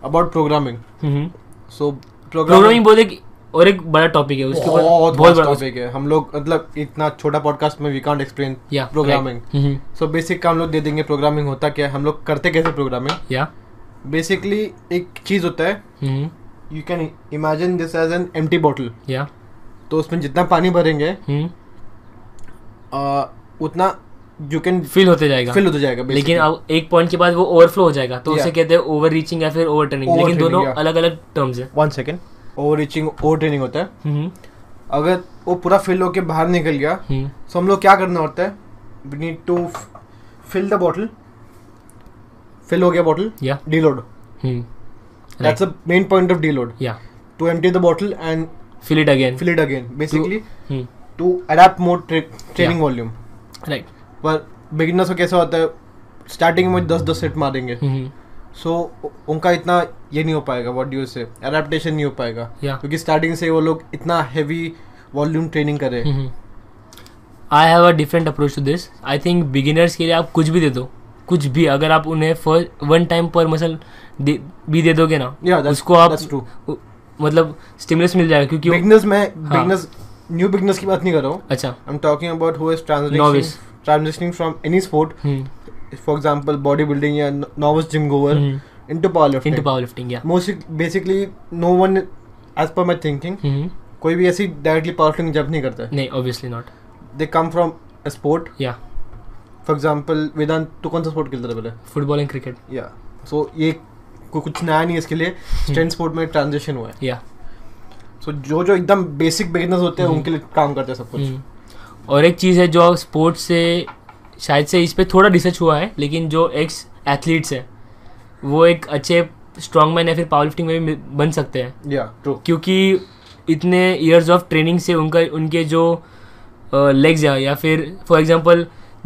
अबाउट प्रोग्रामिंग
हम्म
सो
प्रोग्रामिंग बहुत एक और एक बड़ा टॉपिक है उसके ऊपर
बहुत
बहुत
बहुत
बड़ा
टॉपिक है हम लोग मतलब इतना छोटा पॉडकास्ट में वी कांट एक्सप्लेन
या हम्म,
प्रोग्रामिंग
प्रोग्रामिंग
सो बेसिक का हम लोग दे देंगे प्रोग्रामिंग होता क्या है हम लोग करते कैसे प्रोग्रामिंग
या हम्म,
बेसिकली एक चीज़ होता है you can imagine this as an empty bottle
या हम्म,
तो उसमें जितना पानी भरेंगे आ, उतना यू कैन
फिल होते जाएगा
फिल हो जाएगा basically.
लेकिन अब एक पॉइंट के बाद वो ओवरफ्लो हो जाएगा तो उसे
Yeah.
कहते हैं ओवर रीचिंग या फिर ओवर टर्निंग लेकिन
Overturning,
दोनों
yeah.
अलग अलग टर्म्स है
one second over reaching over training होता है
हम्म,
अगर वो पूरा फिल होके बाहर निकल गया सो हम लोग क्या करना होता है we need to fill the bottle fill हो गया बॉटल
या
डीलोड
हम्म,
that's a main point of deload
या
to empty the bottle and
fill it again
fill it again basically
हम्म,
to adapt more training volume
right
पर beginners को कैसा होता है स्टार्टिंग में दस दस सेट मारेंगे
हम्म,
सो उनका इतना ये नहीं हो पाएगा वॉट यू से अडेप्टेशन नहीं हो पाएगा
Yeah.
क्योंकि स्टार्टिंग से वो लोग इतना हैवी वॉल्यूम ट्रेनिंग कर रहे हैं
I have a different approach to this I think beginners के लिए आप कुछ भी दे दो कुछ भी अगर आप उन्हें फर्स्ट वन टाइम पर मसल भी दे दोगे ना
Yeah, that's-
Hmm. उसको आप
that's true.
उ- मतलब स्टिमुलस मिल जाएगा क्योंकि वो-
बिगनर्स मैं बिगनर्स न्यू बिगनर्स की बात नहीं कर रहा हूँ
हाँ. अच्छा
I am talking about who is transitioning
Novice.
Transitioning from any sport
hmm
for example body building या novice gym goer
Hmm.
Into power
into
lifting
power lifting या
mostly basically no one as per my thinking
नहीं
कोई भी ऐसी directly power lifting jump नहीं करता है
obviously not
they come from a sport
या
फॉर एग्जांपल वेदांत तो कौन सा स्पोर्ट खेलता था पहले
फुटबॉल एंड क्रिकेट
या सो ये को- कुछ नया नहीं है इसके लिए
Hmm.
स्ट्रेंथ स्पोर्ट में ट्रांजिशन हुआ है
या
सो जो जो एकदम बेसिक बिगिनर्स होते
Hmm.
हैं उनके लिए काम करते हैं सब कुछ
हम्म। और एक चीज़ है जो स्पोर्ट्स से शायद से इस पे थोड़ा रिसर्च हुआ है लेकिन जो एक्स एथलीट्स हैं वो एक अच्छे स्ट्रांगमैन या फिर पावर लिफ्टिंग में भी मिल- बन सकते हैं
या ट्रू
क्योंकि इतने ईयर्स ऑफ ट्रेनिंग से उनका उनके जो लेग्स या या फिर फॉर एग्जांपल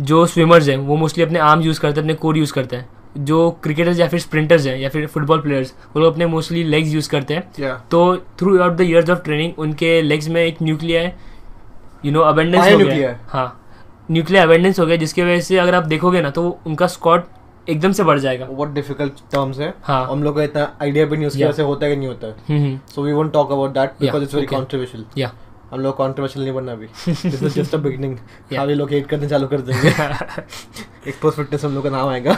जो स्विमर्स हैं वो मोस्टली अपने आर्म यूज़ करते हैं अपने कोर यूज़ करते हैं जो क्रिकेटर्स या फिर स्प्रिंटर्स हैं या फिर फुटबॉल प्लेयर्स वो लोग अपने मोस्टली लेग्स यूज़ करते हैं
या
तो throughout the years of training उनके लेग्स में एक न्यूक्लियर यू नो अबेंडेंस हो
Myonuclear.
गया हाँ न्यूक्लियर अबेंडेंस हो गया जिसकी वजह से अगर आप देखोगे ना तो उनका स्कॉट एकदम से बढ़ जाएगा
बहुत डिफिकल्ट टर्म्स है
हाँ।
हम लोग का इतना आइडिया भी नहीं उसकी
Yeah.
वजह से होता है कि नहीं होता है
हम्म हम्म
so we won't talk about that because it's very
okay.
Controversial
या
हम लोग कॉन्ट्रोवर्शियल नहीं बनना अभी this is just a beginning
Yeah.
अभी लोग हेट करने चालू कर देंगे एक पोस्ट फिटनेस हम लोग का नाम आएगा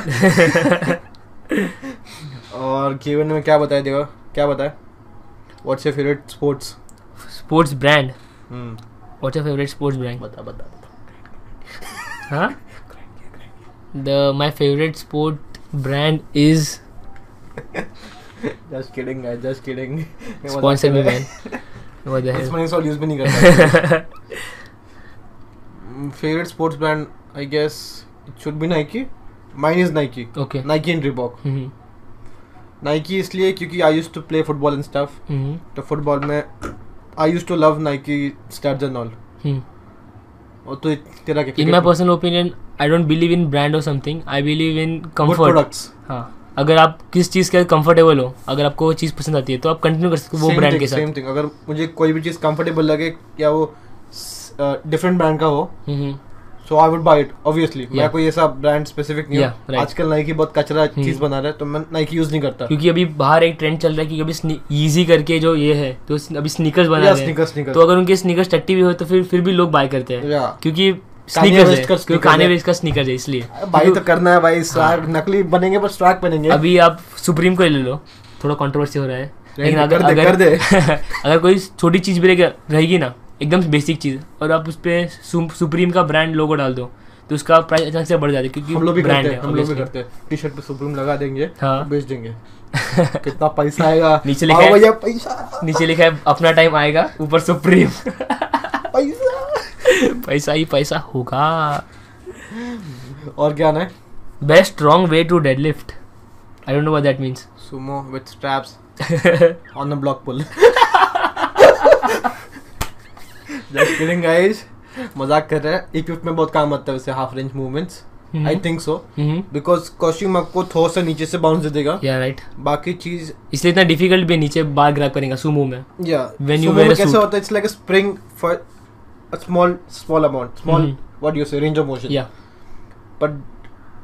और जीवन में क्या बताया देगा क्या बताया what's your favourite sports
sports brand
बता
what's your favourite sports brand
बता बता
Huh? हाँ? The my favorite sport brand is
just kidding guys just [LAUGHS] kidding
sponsor me man. What the
इस
hell? [LAUGHS]
महीने सॉल यूज भी नहीं करता Hmm, favourite sports brand I guess it should be Nike mine is Nike
Okay.
Nike and Reebok
Mm-hmm.
Nike इसलिए क्योंकि I use to play football and stuff
Mm-hmm.
तो football में I use to love Nike stars and all
Hmm.
और तो तेरा क्या
In my personal opinion, I don't believe in brand or something. I believe in comfort.
Products
हाँ अगर आप किस चीज़ के कंफर्टेबल हो अगर आपको वो चीज़ पसंद तो आती है तो आप कंटिन्यू कर सकते हो वो ब्रांड के साथ
सेम थिंग अगर मुझे कोई भी चीज़ कंफर्टेबल लगे या वो डिफरेंट ब्रांड का हो
hmm
so I would buy it obviously मैं
Yeah.
कोई ऐसा ब्रांड स्पेसिफिक नहीं
Yeah,
हूं।
right. Hmm.
आजकल नाइकी बहुत कचरा चीज बना रहा है तो मैं नाइकी यूज नहीं करता
क्योंकि अभी बाहर एक ट्रेंड चल रहा है कि अभी ईजी करके जो ये है तो स्न- अभी स्नीकर्स बना
Yeah,
रहे हैं
sneakers, sneakers.
तो अगर उनके स्नीकर्स टट्टी भी हो तो फिर फिर भी लोग बाय करते हैं
Yeah.
क्योंकि स्नीकर्स है
West का
क्योंकि
sneakers
कान्ये
है।
वेस्ट का स्नीकर्स है इसलिए
भाई तो
क्योंकि
करना है भाई स्वैग नकली बनेंगे पर स्वैग बनेंगे
हाँ। अभी आप सुप्रीम को ही ले लो थोड़ा कंट्रोवर्सी हो रहा है
नहीं, कर दे, कर दे।
[LAUGHS] अगर कोई छोटी चीज भी रहे- रहेगी ना एकदम बेसिक चीज और आप उस पर सुप्रीम का ब्रांड लोगो डाल दो तो उसका प्राइस अचानक से बढ़ जाता है क्योंकि
हम लोग भी
ब्रांड
करते हैं
है
हम लोग भी
obviously।
करते हैं टी शर्ट पे सुप्रीम लगा देंगे
हाँ।
बेच
[LAUGHS]
देंगे कितना पैसा आएगा
नीचे लिखा
आओ
है-
भैया पैसा
नीचे लिखा है अपना टाइम आएगा ऊपर सुप्रीम [LAUGHS]
पैसा
पैसा ही पैसा होगा
और क्या ना है
best wrong way to deadlift I don't know what that means
sumo with
[LAUGHS]
straps on the block pull just kidding guys मजाक कर रहे हैं इक्विप में बहुत काम आता है वैसे हाफ रेंज मूवमेंट्स
हम्म।
I think so because costume आपको थोड़ा सा नीचे से बाउंस दे देगा
या राइट
बाकी चीज
इसलिए इतना डिफिकल्ट भी है नीचे बार ग्रैब करेगा सुमो में
या
When you
sumo
wear
में
a
कैसे
suit.
होता है it's like a spring for a small small amount small
हम्म।
What you say range of motion
या
बट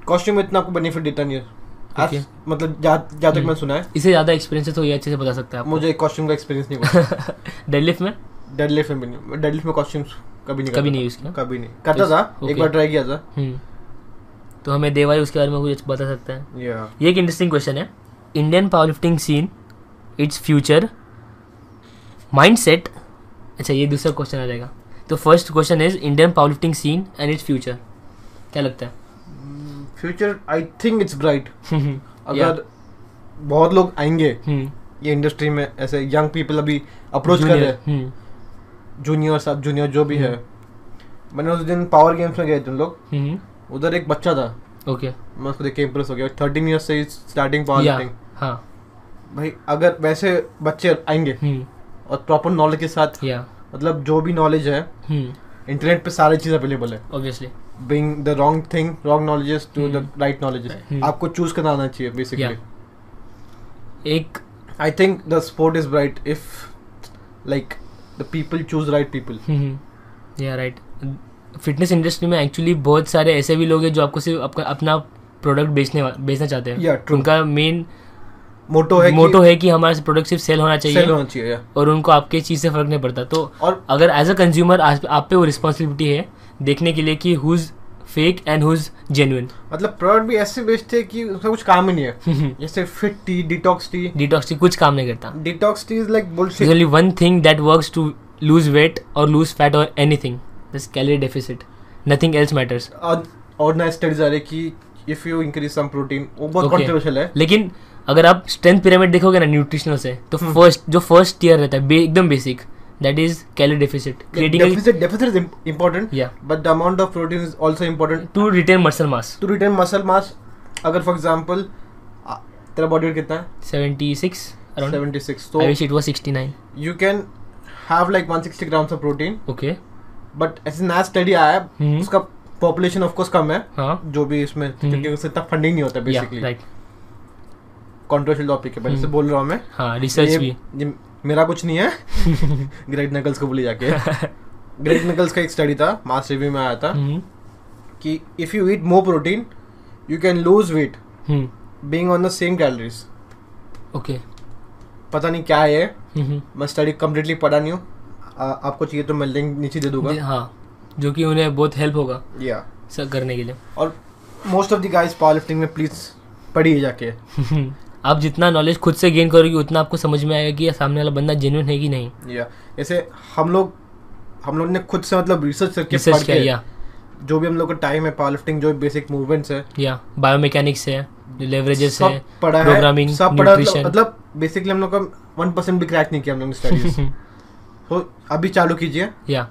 कॉस्ट्यूम में इतना आपको बेनिफिट देता नहीं है As-
Okay. हम्म।
मतलब जहाँ जहाँ तक मैंने सुना है
इससे ज़्यादा एक्सपीरियंस है तो ये अच्छे से बता सकता है आप
मुझे कॉस्ट्यूम का एक्सपीरियंस नहीं हुआ
डेडलिफ्ट में
डेडलिफ्ट में भी नहीं डेडलिफ्ट में कॉस्ट्यूम्स कभी नहीं
कभी
करता
नहीं
था।
यूज़ किया
कभी नहीं करता था
Okay.
एक बार ट्राई किया था
हम्म। तो हमें देवाई उसके बारे में कुछ बता सकते हैं
या
ये एक इंटरेस्टिंग क्वेश्चन है Indian power lifting scene its future mindset अच्छा ये दूसरा क्वेश्चन आ जाएगा तो first question is Indian power lifting scene and its future क्या लगता
future I think it's bright
है
अगर बहुत लोग आएंगे
हम्म,
ये इंडस्ट्री में ऐसे यंग पीपल अभी अप्रोच कर
junior,
रहे हैं
हम्म,
जूनियर सब जूनियर जो भी है
Hmm.
मैंने उस दिन पावर गेम्स में गए थे हम लोग
हम्म,
उधर एक बच्चा था
ओके
मैं उसको देख के इम्प्रेस हो गया थर्टीन ईयर्स से स्टार्टिंग पावर
या
लिफ्टिंग
हाँ
भाई अगर वैसे बच्चे आएंगे
हम्म,
और प्रॉपर नॉलेज के साथ
या
मतलब जो भी नॉलेज है
हम्म।
इंटरनेट पे सारी चीज़ अवेलेबल है
obviously
bring the wrong thing, wrong knowledges to the
हम्म।
right knowledges.
हम्म।
आपको चूज करना आना चाहिए बेसिकली
Yeah. एक
I think the sport is right if like the people choose right people
[LAUGHS] या राइट फिटनेस इंडस्ट्री में एक्चुअली बहुत सारे ऐसे भी लोग हैं जो आपको सिर्फ आपका अपना प्रोडक्ट बेचने वा- बेचना चाहते हैं
Yeah, true.
उनका मेन
मोटो है
मोटो है कि हमारा प्रोडक्ट सिर्फ सेल होना
चाहिए
चाहिए
होना चाहिए yeah.
और उनको आपके चीज़ से फर्क नहीं पड़ता तो
और
अगर एज अ कंज्यूमर आप पे वो रिस्पॉन्सिबिलिटी है देखने के लिए कि who's fake and who's genuine
मतलब प्रोडक्ट भी ऐसे बेचते हैं कि उसका कुछ काम ही नहीं है
[LAUGHS]
जैसे fit tea detox tea
detox की कुछ काम नहीं करता
detox tea is like
there's
bullshit
only one thing that works to lose weight or lose fat or anything this calorie deficit nothing else matters
और ना स्टडीज आ रही कि if you increase some protein वो बहुत
Okay.
Controversial है
लेकिन अगर आप स्ट्रेंथ पिरामिड देखोगे ना न्यूट्रिशनल से तो
हम्म।
फर्स्ट जो फर्स्ट tier रहता है बे- एकदम basic that is calorie deficit creating
deficit deficit is important
या
but the amount of protein is also important
to retain muscle mass
to return muscle mass अगर फॉर एग्जांपल ah, तेरा body weight कितना है
76 around
76
I
तो
wish it was 69
you can have like 160 grams of protein
okay
but ऐसे ना study आया है
हम्म। हाँ।
उसका पॉपुलेशन ऑफ कोर्स कम है
हां
जो भी इसमें क्योंकि उससे इतना फंडिंग नहीं होता
या
बेसिकली
राइट
कंट्रोवर्शियल टॉपिक है पहले से
हम्म।
बोल रहा हूँ मैं
हां रिसर्च
ये-
भी
ये मेरा कुछ नहीं है
[LAUGHS]
ग्रेट नकल्स को बोले जाके ग्रेट नकल्स का एक स्टडी था मास रिव्यू में आया था
हम्म
कि if you eat more protein you can lose weight
hmm
being on the same calories
okay
पता नहीं क्या है
हम्म
मैं स्टडी कम्प्लीटली पढ़ा नहीं हूँ आ- आपको चाहिए तो मैं लिंक नीचे दे दूंगा
हां हाँ. जो कि उन्हें बहुत हेल्प होगा
या
सर करने के लिए
और most of the guys power lifting में प्लीज पढ़िए जाके
Hmm, आप जितना नॉलेज खुद से गेन करोगे उतना आपको समझ में आएगा कि ये सामने वाला बंदा जेन्यून है कि नहीं
या ऐसे हम लोग हम लोग ने खुद से मतलब रिसर्च करके पढ़
रिसर्च
के
क्या या
जो भी हम लोग का टाइम है पावर लिफ्टिंग जो बेसिक मूवमेंट्स है
या बायोमेकेनिक्स है लेवरेजेस है
सब पढ़ा है
प्रोग्रामिंग
सब पढ़ा है,
न्यूट्रिशन
मतलब बेसिकली हम लोग का वन परसेंट भी क्रैक नहीं किया हम लोग ने स्टडीज
[LAUGHS]
तो अभी चालू कीजिए
या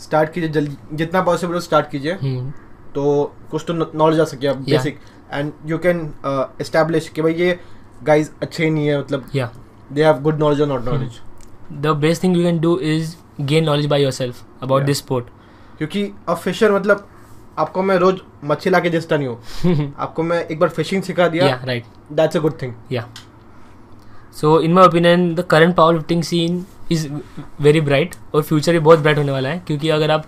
स्टार्ट कीजिए जल्दी जितना पॉसिबल हो स्टार्ट कीजिए
हम्म,
तो कुछ तो नॉलेज आ सके आप
Yeah.
Basic and you can establish uh, कि भाई ये गाइस अच्छे नहीं है मतलब
या
दे हैव गुड नॉलेज और not
Hmm.
Knowledge
the best thing you can do is gain knowledge by yourself about
Yeah.
This sport
क्योंकि अ फिशर मतलब आपको मैं रोज मच्छी लाके देता नहीं हूँ
[LAUGHS]
आपको मैं एक बार फिशिंग सिखा
या
दिया
right
that's a good thing
या so in my opinion the current power lifting scene is very bright और फ्यूचर भी बहुत ब्राइट होने वाला है क्योंकि अगर आप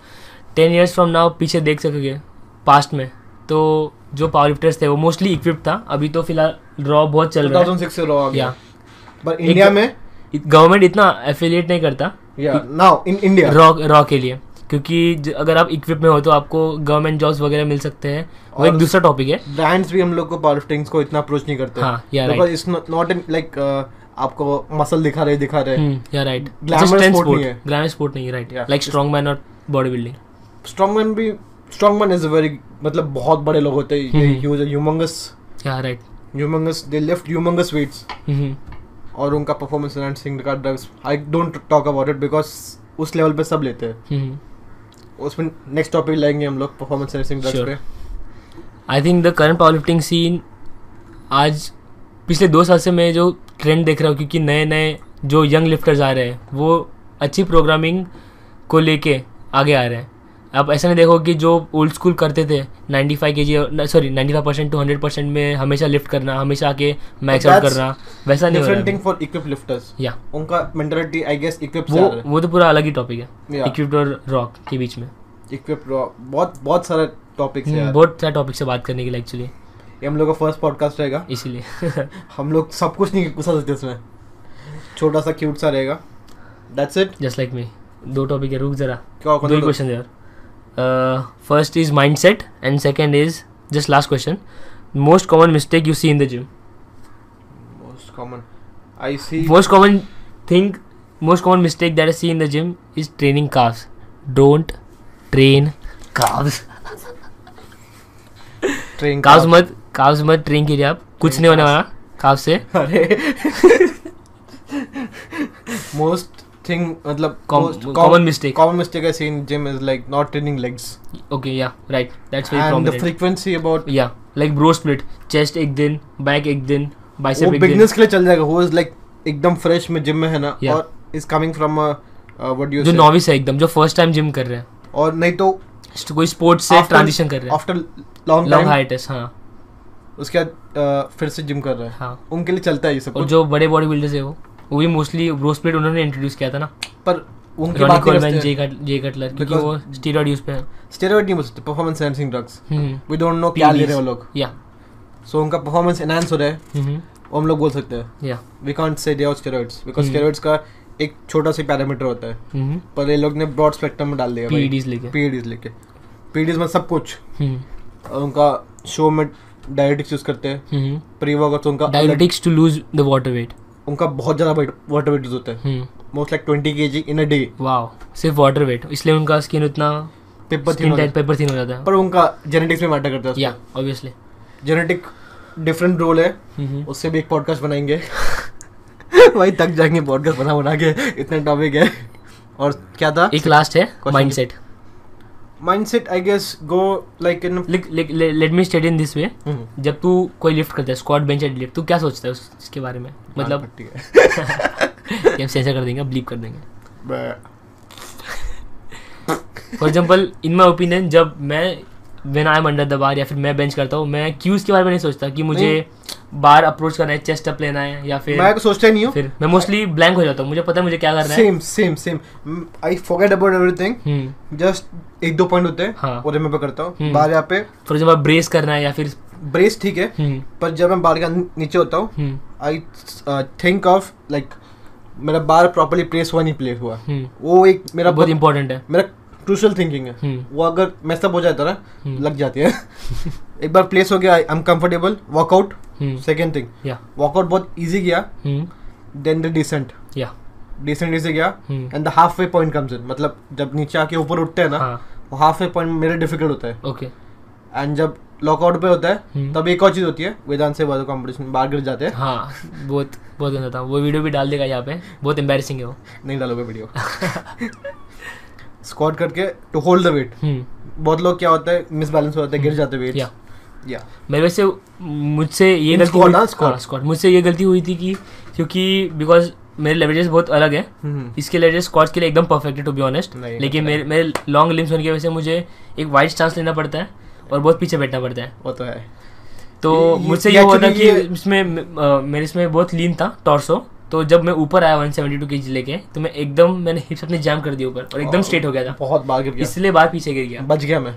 टेन ईयर्स फ्रॉम नाउ पीछे देख सकोगे पास्ट में तो जो पावर लिफ्टर्स थे वो मोस्टली इक्विप्ड था अभी तो फिलहाल रॉ बहुत चल रहा है
2006 से रॉ आ गया
या
पर इंडिया में
गवर्नमेंट इतना एफिलिएट नहीं करता
या
Hmm.
Now in India
raw raw के लिए क्योंकि ज- अगर आप इक्विप में हो तो आपको गवर्नमेंट जॉब्स वगैरह मिल सकते हैं वो एक
और-
दूसरा टॉपिक है
ब्रांड्स भी हम लोग को पावरलिफ्टिंग्स को इतना अप्रोच नहीं करते
हाँ, yeah,
because it's not like uh, आपको मसल दिखा रहे दिखा रहे
या राइट
Glamour sport नहीं है।
ग्लैमर स्पोर्ट नहीं right
Yeah.
Like strong man और बॉडी बिल्डिंग
स्ट्रॉन्गमैन भी स्ट्रॉन्गमैन इज अ वेरी मतलब बहुत बड़े लोग होते हैं
हम्म।
ह्यूज ह्यूमंगस
या right
humongous they lift humongous weights और उनका परफॉर्मेंस एनहांसिंग का drugs I don't talk about it because उस लेवल पे सब लेते हैं
Mm-hmm.
उसमें नेक्स्ट टॉपिक लाएंगे हम लोग परफॉर्मेंस एनहांसिंग ड्रग्स
Sure.
पे
I think the current power lifting scene आज पिछले दो साल से मैं जो ट्रेंड देख रहा हूँ क्योंकि नए नए जो यंग लिफ्टर्स आ रहे हैं वो अच्छी प्रोग्रामिंग को लेके आगे आ रहे हैं आप ऐसा नहीं देखो कि जो ओल्ड स्कूल करते थे 95 five K G sorry 95% five percent to hundred percent में हमेशा लिफ्ट करना हमेशा आके मैक्स आउट
That's
करना वैसा नहीं हो
डिफरेंट
रहा
थिंग फॉर इक्विप लिफ्टर्स
या
उनका मेंटालिटी आई गेस इक्विप से
वो वो तो पूरा अलग ही टॉपिक है
Yeah.
इक्विप्ट और रॉक के बीच में
इक्विप बहुत बहुत सारे टॉपिक्स है
हम्म,
यार
बहुत सारे टॉपिक से बात करने के लिए एक्चुअली
ये हम लोग का फर्स्ट पॉडकास्ट रहेगा
इसीलिए [LAUGHS]
हम लोग सब कुछ नहीं घुसा सकते इसमें छोटा सा क्यूट सा रहेगा that's it
just like me दो टॉपिक है रुक जरा
क्या
दो ही क्वेश्चन यार first is mindset and second is just last question most common mistake you see in the gym
most common I see
most common thing most common mistake that is see in the gym is training calves don't train calves
train
calves मत calves मत train कीजिए आप कुछ नहीं होने वाला calves से
[LAUGHS] अरे मोस्ट थिंग मतलब
Com- common mistake.
Common mistake I see in gym is like not training legs
okay या right that's very
and the
problem
frequency about
या लाइक ब्रो स्प्लिट चेस्ट एक दिन बैक एक दिन
वो
बाइसेप एक दिन
बिगनर्स के लिए चल जाएगा हु इज लाइक एकदम फ्रेश में जिम में है ना
Yeah.
और is coming from what do
जो
यू
नॉविस है एकदम जो फर्स्ट टाइम जिम कर रहे हैं
और नहीं तो
कोई स्पोर्ट्स से
after-
ट्रांजिशन कर रहे हैं
आफ्टर लॉन्ग
लॉन्ग
टाइम
हाइटेस्ट हाँ
उसके बाद अ, फिर से जिम कर रहे हैं
हाँ
उनके लिए चलता है ये सब
और
तो कुछ
जो बड़े बॉडी बिल्डर्स है वो वो भी मोस्टली ब्रो स्प्लिट उन्होंने इंट्रोड्यूस किया था ना
पर उनकी बात
रॉनी
नहीं
कोलमैन जे
करते
कट जे कटलर क्योंकि
Because-
वो स्टीरॉइड यूज पे हम्म।
स्टेरॉइड नहीं बोल सकते परफॉर्मेंस एनहांसिंग ड्रग्स
हैं
वी डोंट नो क्या ले
PBs.
रहे हैं वो लोग
या
सो उनका परफॉर्मेंस एनहांस हो रहा है
हम्म।
वो हम लोग बोल सकते हैं
या
we can't say they are steroids because
Hmm.
Steroids का एक छोटा सा पैरामीटर होता है
हम्म।
पर ये लोग ने ब्रॉड स्पेक्ट्रम में डाल दिया
पीडीज E लेके
पीडीज लेके पीडीज में सब कुछ
हम्म,
और उनका शो में डायरेटिक्स यूज करते हैं
हम्म।
प्री वर्कआउट उनका अलग-
diabetics to lose the water weight
उनका बहुत ज़्यादा वाटर वेट यूज होता है
हम्म,
most like twenty K G in a day
wow सिर्फ वाटर वेट इसलिए उनका स्किन उतना
paper
skin tight paper thin हो जाता है
पर उनका जेनेटिक्स में मैटर करता है
या ऑब्वियसली
जेनेटिक डिफरेंट रोल है उससे भी एक पॉडकास्ट बनाएंगे [LAUGHS] भाई तक जाएंगे पॉडकास्ट बना बना के इतने टॉपिक है और क्या था
एक लास्ट है
Question-
mindset
mindset I guess go like in
let me state in this way
हम्म।
जब तू कोई लिफ्ट करता है स्क्वाट बेंच एंड लिफ्ट तू क्या सोचता है उस- इसके बारे में
हाँ,
मतलब [LAUGHS] ये हम सेंसर कर देंगे ब्लीप कर देंगे for example in my opinion जब मैं when I am under the bar या फिर मैं बेंच करता हूँ मैं क्यूज के बारे में नहीं सोचता कि मुझे बार अप्रोच करना है चेस्ट अप लेना है या
मैं
फिर
तो सोचता ही नहीं हूँ
फिर मैं मोस्टली ब्लैंक हो जाता हूँ मुझे पता है मुझे क्या करना है हम्म।
Same same same I forget about everything
for
just एक दो पॉइंट होते हैं
हाँ।
वो रिमेम्बर करता हूँ
हम्म।
बार यहाँ पे
एग्जाम्पल ब्रेस करना है या फिर
ब्रेस ठीक है
हम्म,
पर जब मैं बार का नी- नीचे होता हूँ uh,
हम्म,
आई थिंक ऑफ लाइक मेरा बार प्रॉपरली प्लेस हुआ नहीं प्लेस हुआ
हम्म।
वो एक मेरा
बहुत
बहुत-
इंपॉर्टेंट है
मेरा क्रूशल थिंकिंग है
हम्म,
वो अगर मैसअप हो जाता ना
हम्म।
लग जाती है [LAUGHS] एक बार प्लेस हो गया आई एम कंफर्टेबल वॉकआउट
हम्म,
सेकेंड थिंग
या
वॉकआउट बहुत ईजी गया
हम्म,
देन द डिसेंट
या
डिसेंट इजी गया
हम्म,
and the half way point comes in मतलब जब नीचे आके ऊपर उठते हैं ना
हाँ
वो हाफ वे पॉइंट मेरे डिफिकल्ट होता है
ओके
एंड जब लॉकआउट पे होता है
हम्म।
तब एक और चीज़ होती है वेदांत से बाद कॉम्पिटिशन बाहर गिर जाते हैं
हाँ बहुत बहुत गंदा था वो वीडियो भी डाल देगा यहाँ पे बहुत एम्बेसिंग है वो
नहीं डालोगे
[LAUGHS]
वीडियो स्क्वाट करके टू होल्ड द वेट
हम्म,
बहुत लोग क्या होता है मिसबैलेंस हो जाता है गिर जाते वेट
या
या
मेरे वैसे मुझसे ये
In
गलती
squad,
हुई-
हाँ, squad.
हाँ, squad. मुझसे ये गलती हुई थी कि क्योंकि बिकॉज मेरे लेवरेजेस बहुत अलग है इसके लेवरेज स्क्वाड्स के लिए एकदम परफेक्ट है टू बी ऑनेस्ट
नहीं,
लेकिन
नहीं।
मेरे मेरे लॉन्ग लिम्स होने की वजह से मुझे एक वाइड चांस लेना पड़ता है और बहुत पीछे बैठना पड़ता है
वो तो है
तो
ये- ये-
मुझसे
ये
ये हुआ था
actually
कि
ये-
इसमें अ, मेरे इसमें बहुत लीन था टॉर्सो तो जब मैं ऊपर आया 172 सेवेंटी लेके तो मैं एकदम मैंने हिप्स अपने जैम कर दिए ऊपर और एकदम
और-
स्ट्रेट हो गया था
बहुत बार गिर गया
इसलिए बाहर पीछे गिर गया
बच गया मैं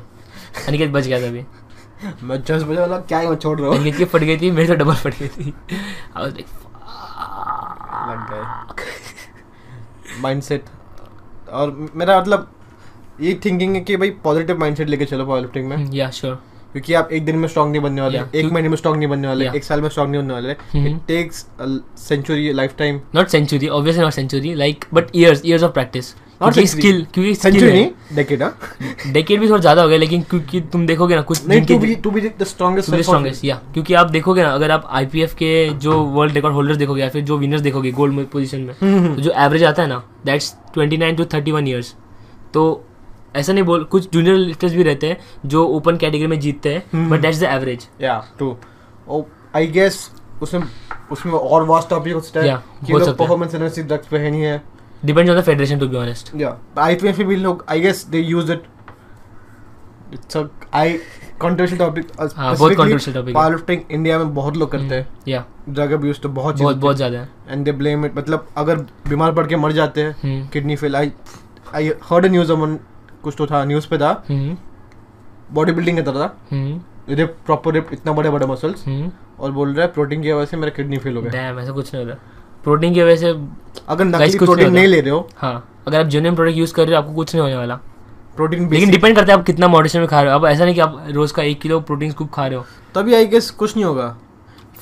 अनिकेत बच गया था अभी
मैं जस्ट बजा वाला क्या ही मैं छोड़ रहा हूँ
अनिकेत की फट गई थी मेरी तो डबल फट गई थी आई वाज
लग गए माइंडसेट और मेरा मतलब ये थिंकिंग है कि भाई पॉजिटिव माइंडसेट लेके चलो पावर लिफ्टिंग में
लाइक या श्योर
क्योंकि आप एक दिन में स्ट्रांग नहीं बनने वाले
हम्म। Yeah.
एक महीने में स्ट्रांग नहीं बनने वाले
Yeah.
एक साल में स्ट्रांग नहीं बनने वाले
हम्म।
It takes century life time
not century obviously not century like but years years of practice
Not
क्योंकि
century.
स्किल क्योंकि स्किल
सेंचुरी
है
नहीं डेकेड हां
[LAUGHS] डेकेड भी थोड़ा ज्यादा हो गया लेकिन क्योंकि तुम देखोगे ना कुछ
नहीं
जिनके-
to be to be the strongest
strongest या क्योंकि आप देखोगे ना अगर आप आईपीएफ के जो वर्ल्ड रिकॉर्ड होल्डर्स देखोगे या फिर जो विनर्स देखोगे गोल्ड पोजीशन में
हम्म।
तो जो एवरेज आता है ना that's twenty nine to thirty one years तो ऐसा नहीं बोल कुछ जूनियर लिफ्टर्स भी रहते हैं जो ओपन कैटेगरी में जीतते हैं
हम्म।
बट दैट्स द एवरेज
या टू आई गेस Oh, उसमें उसमें और वास्ट टॉपिक होता है
Yeah,
कि
हो
लोग
सकता है।
परफॉर्मेंस एनालिसिस ड्रग्स पे है नहीं है
depends on the federation to be honest
Yeah, but I think we look. I guess they use it. It's a I controversial topic. uh,
हाँ, बहुत
specifically
controversial topic है।
powerlifting इंडिया में बहुत लोग करते हैं
या
ड्रग अब्यूज तो बहुत
Hmm, बहुत बहुत ज्यादा है
एंड दे ब्लेम इट मतलब अगर बीमार पड़ के मर जाते हैं
हम्म।
Kidney fail I I heard news Aman कुछ तो था न्यूज पे था
हम्म,
बॉडी बिल्डिंग करता था
हम्म,
इधर प्रॉपर इतना बड़े बड़े मसल्स
हम्म।
और बोल रहा है प्रोटीन की वजह से मेरा किडनी फेल हो गया
Damn, ऐसा कुछ नहीं होता प्रोटीन की वजह से
अगर
Guys,
नकली
कुछ नहीं
प्रोटीन
होता।
नहीं ले रहे हो
हाँ अगर आप जेन्यून प्रोडक्ट यूज कर रहे हो आपको कुछ नहीं होने वाला
प्रोटीन
लेकिन डिपेंड करता है आप कितना मॉडरेशन में खा रहे हो आप ऐसा नहीं कि आप रोज का एक किलो प्रोटीन स्कूप खा रहे हो
तभी आई गेस कुछ नहीं होगा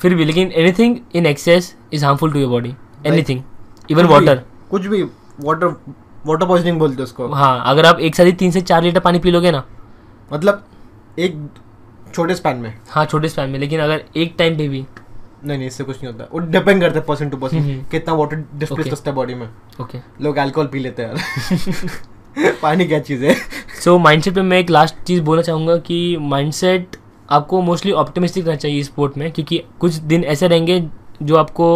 फिर भी लेकिन anything in excess is harmful to your body anything even
कुछ भी-
वाटर
कुछ भी वाटर वाटर पॉइजनिंग बोलते हैं उसको
हाँ अगर आप एक साथ ही तीन से चार लीटर पानी पी लोगे ना
मतलब एक छोटे स्पैन में
हाँ छोटे स्पैन में लेकिन अगर एक टाइम पे भी
नहीं नहीं इससे कुछ नहीं होता वो डिपेंड करता है पर्सन टू पर्सन
हम्म।
कितना वाटर डिस्प्लेस
Okay.
करता है बॉडी में
ओके
लोग अल्कोहल पी लेते हैं यार [LAUGHS] पानी क्या चीज़ है
सो माइंडसेट पे मैं एक लास्ट चीज़ बोलना चाहूँगा कि माइंडसेट आपको मोस्टली ऑप्टिमिस्टिक रहना चाहिए स्पोर्ट में क्योंकि कुछ दिन ऐसे रहेंगे जो आपको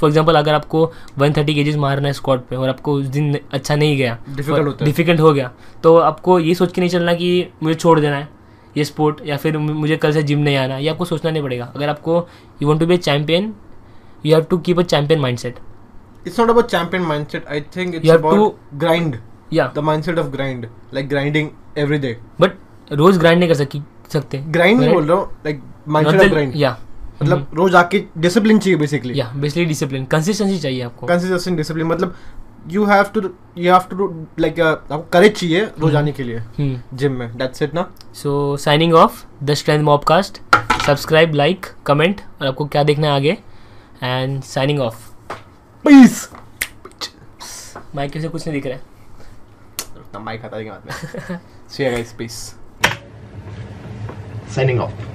फॉर एग्जाम्पल अगर आपको वन थर्टी केजीज मारना है स्क्वाड पे और आपको उस दिन अच्छा नहीं गया
Difficult होता है।
डिफिकल्ट हो गया तो आपको ये सोच के नहीं चलना कि मुझे छोड़ देना है ये स्पोर्ट या फिर मु- मुझे कल से जिम नहीं आना ये आपको सोचना नहीं पड़ेगा अगर आपको you want to be a champion you have to keep a champion mindset
it's not about champion mindset I think it's
You have
about grind
या
the mindset of grind like grinding every day
but रोज grind नहीं कर सकी सकते
grind नहीं बोल रहा हूँ लाइक माइंडसेट ऑफ ग्राइंड
या Mm-hmm।
मतलब रोज आके डिसिप्लिन चाहिए बेसिकली
या बेसिकली डिसिप्लिन कंसिस्टेंसी चाहिए आपको
कंसिस्टेंट डिसिप्लिन मतलब you have to you have to like uh, आपको करेज चाहिए रोज आने के लिए जिम में दैट्स इट ना
so signing off the strength मॉबकास्ट subscribe like comment और आपको क्या देखना है आगे and signing off
Peace.
Mic से कुछ नहीं दिख रहा है
Tambah kata ingat. See you guys. Peace.
Signing of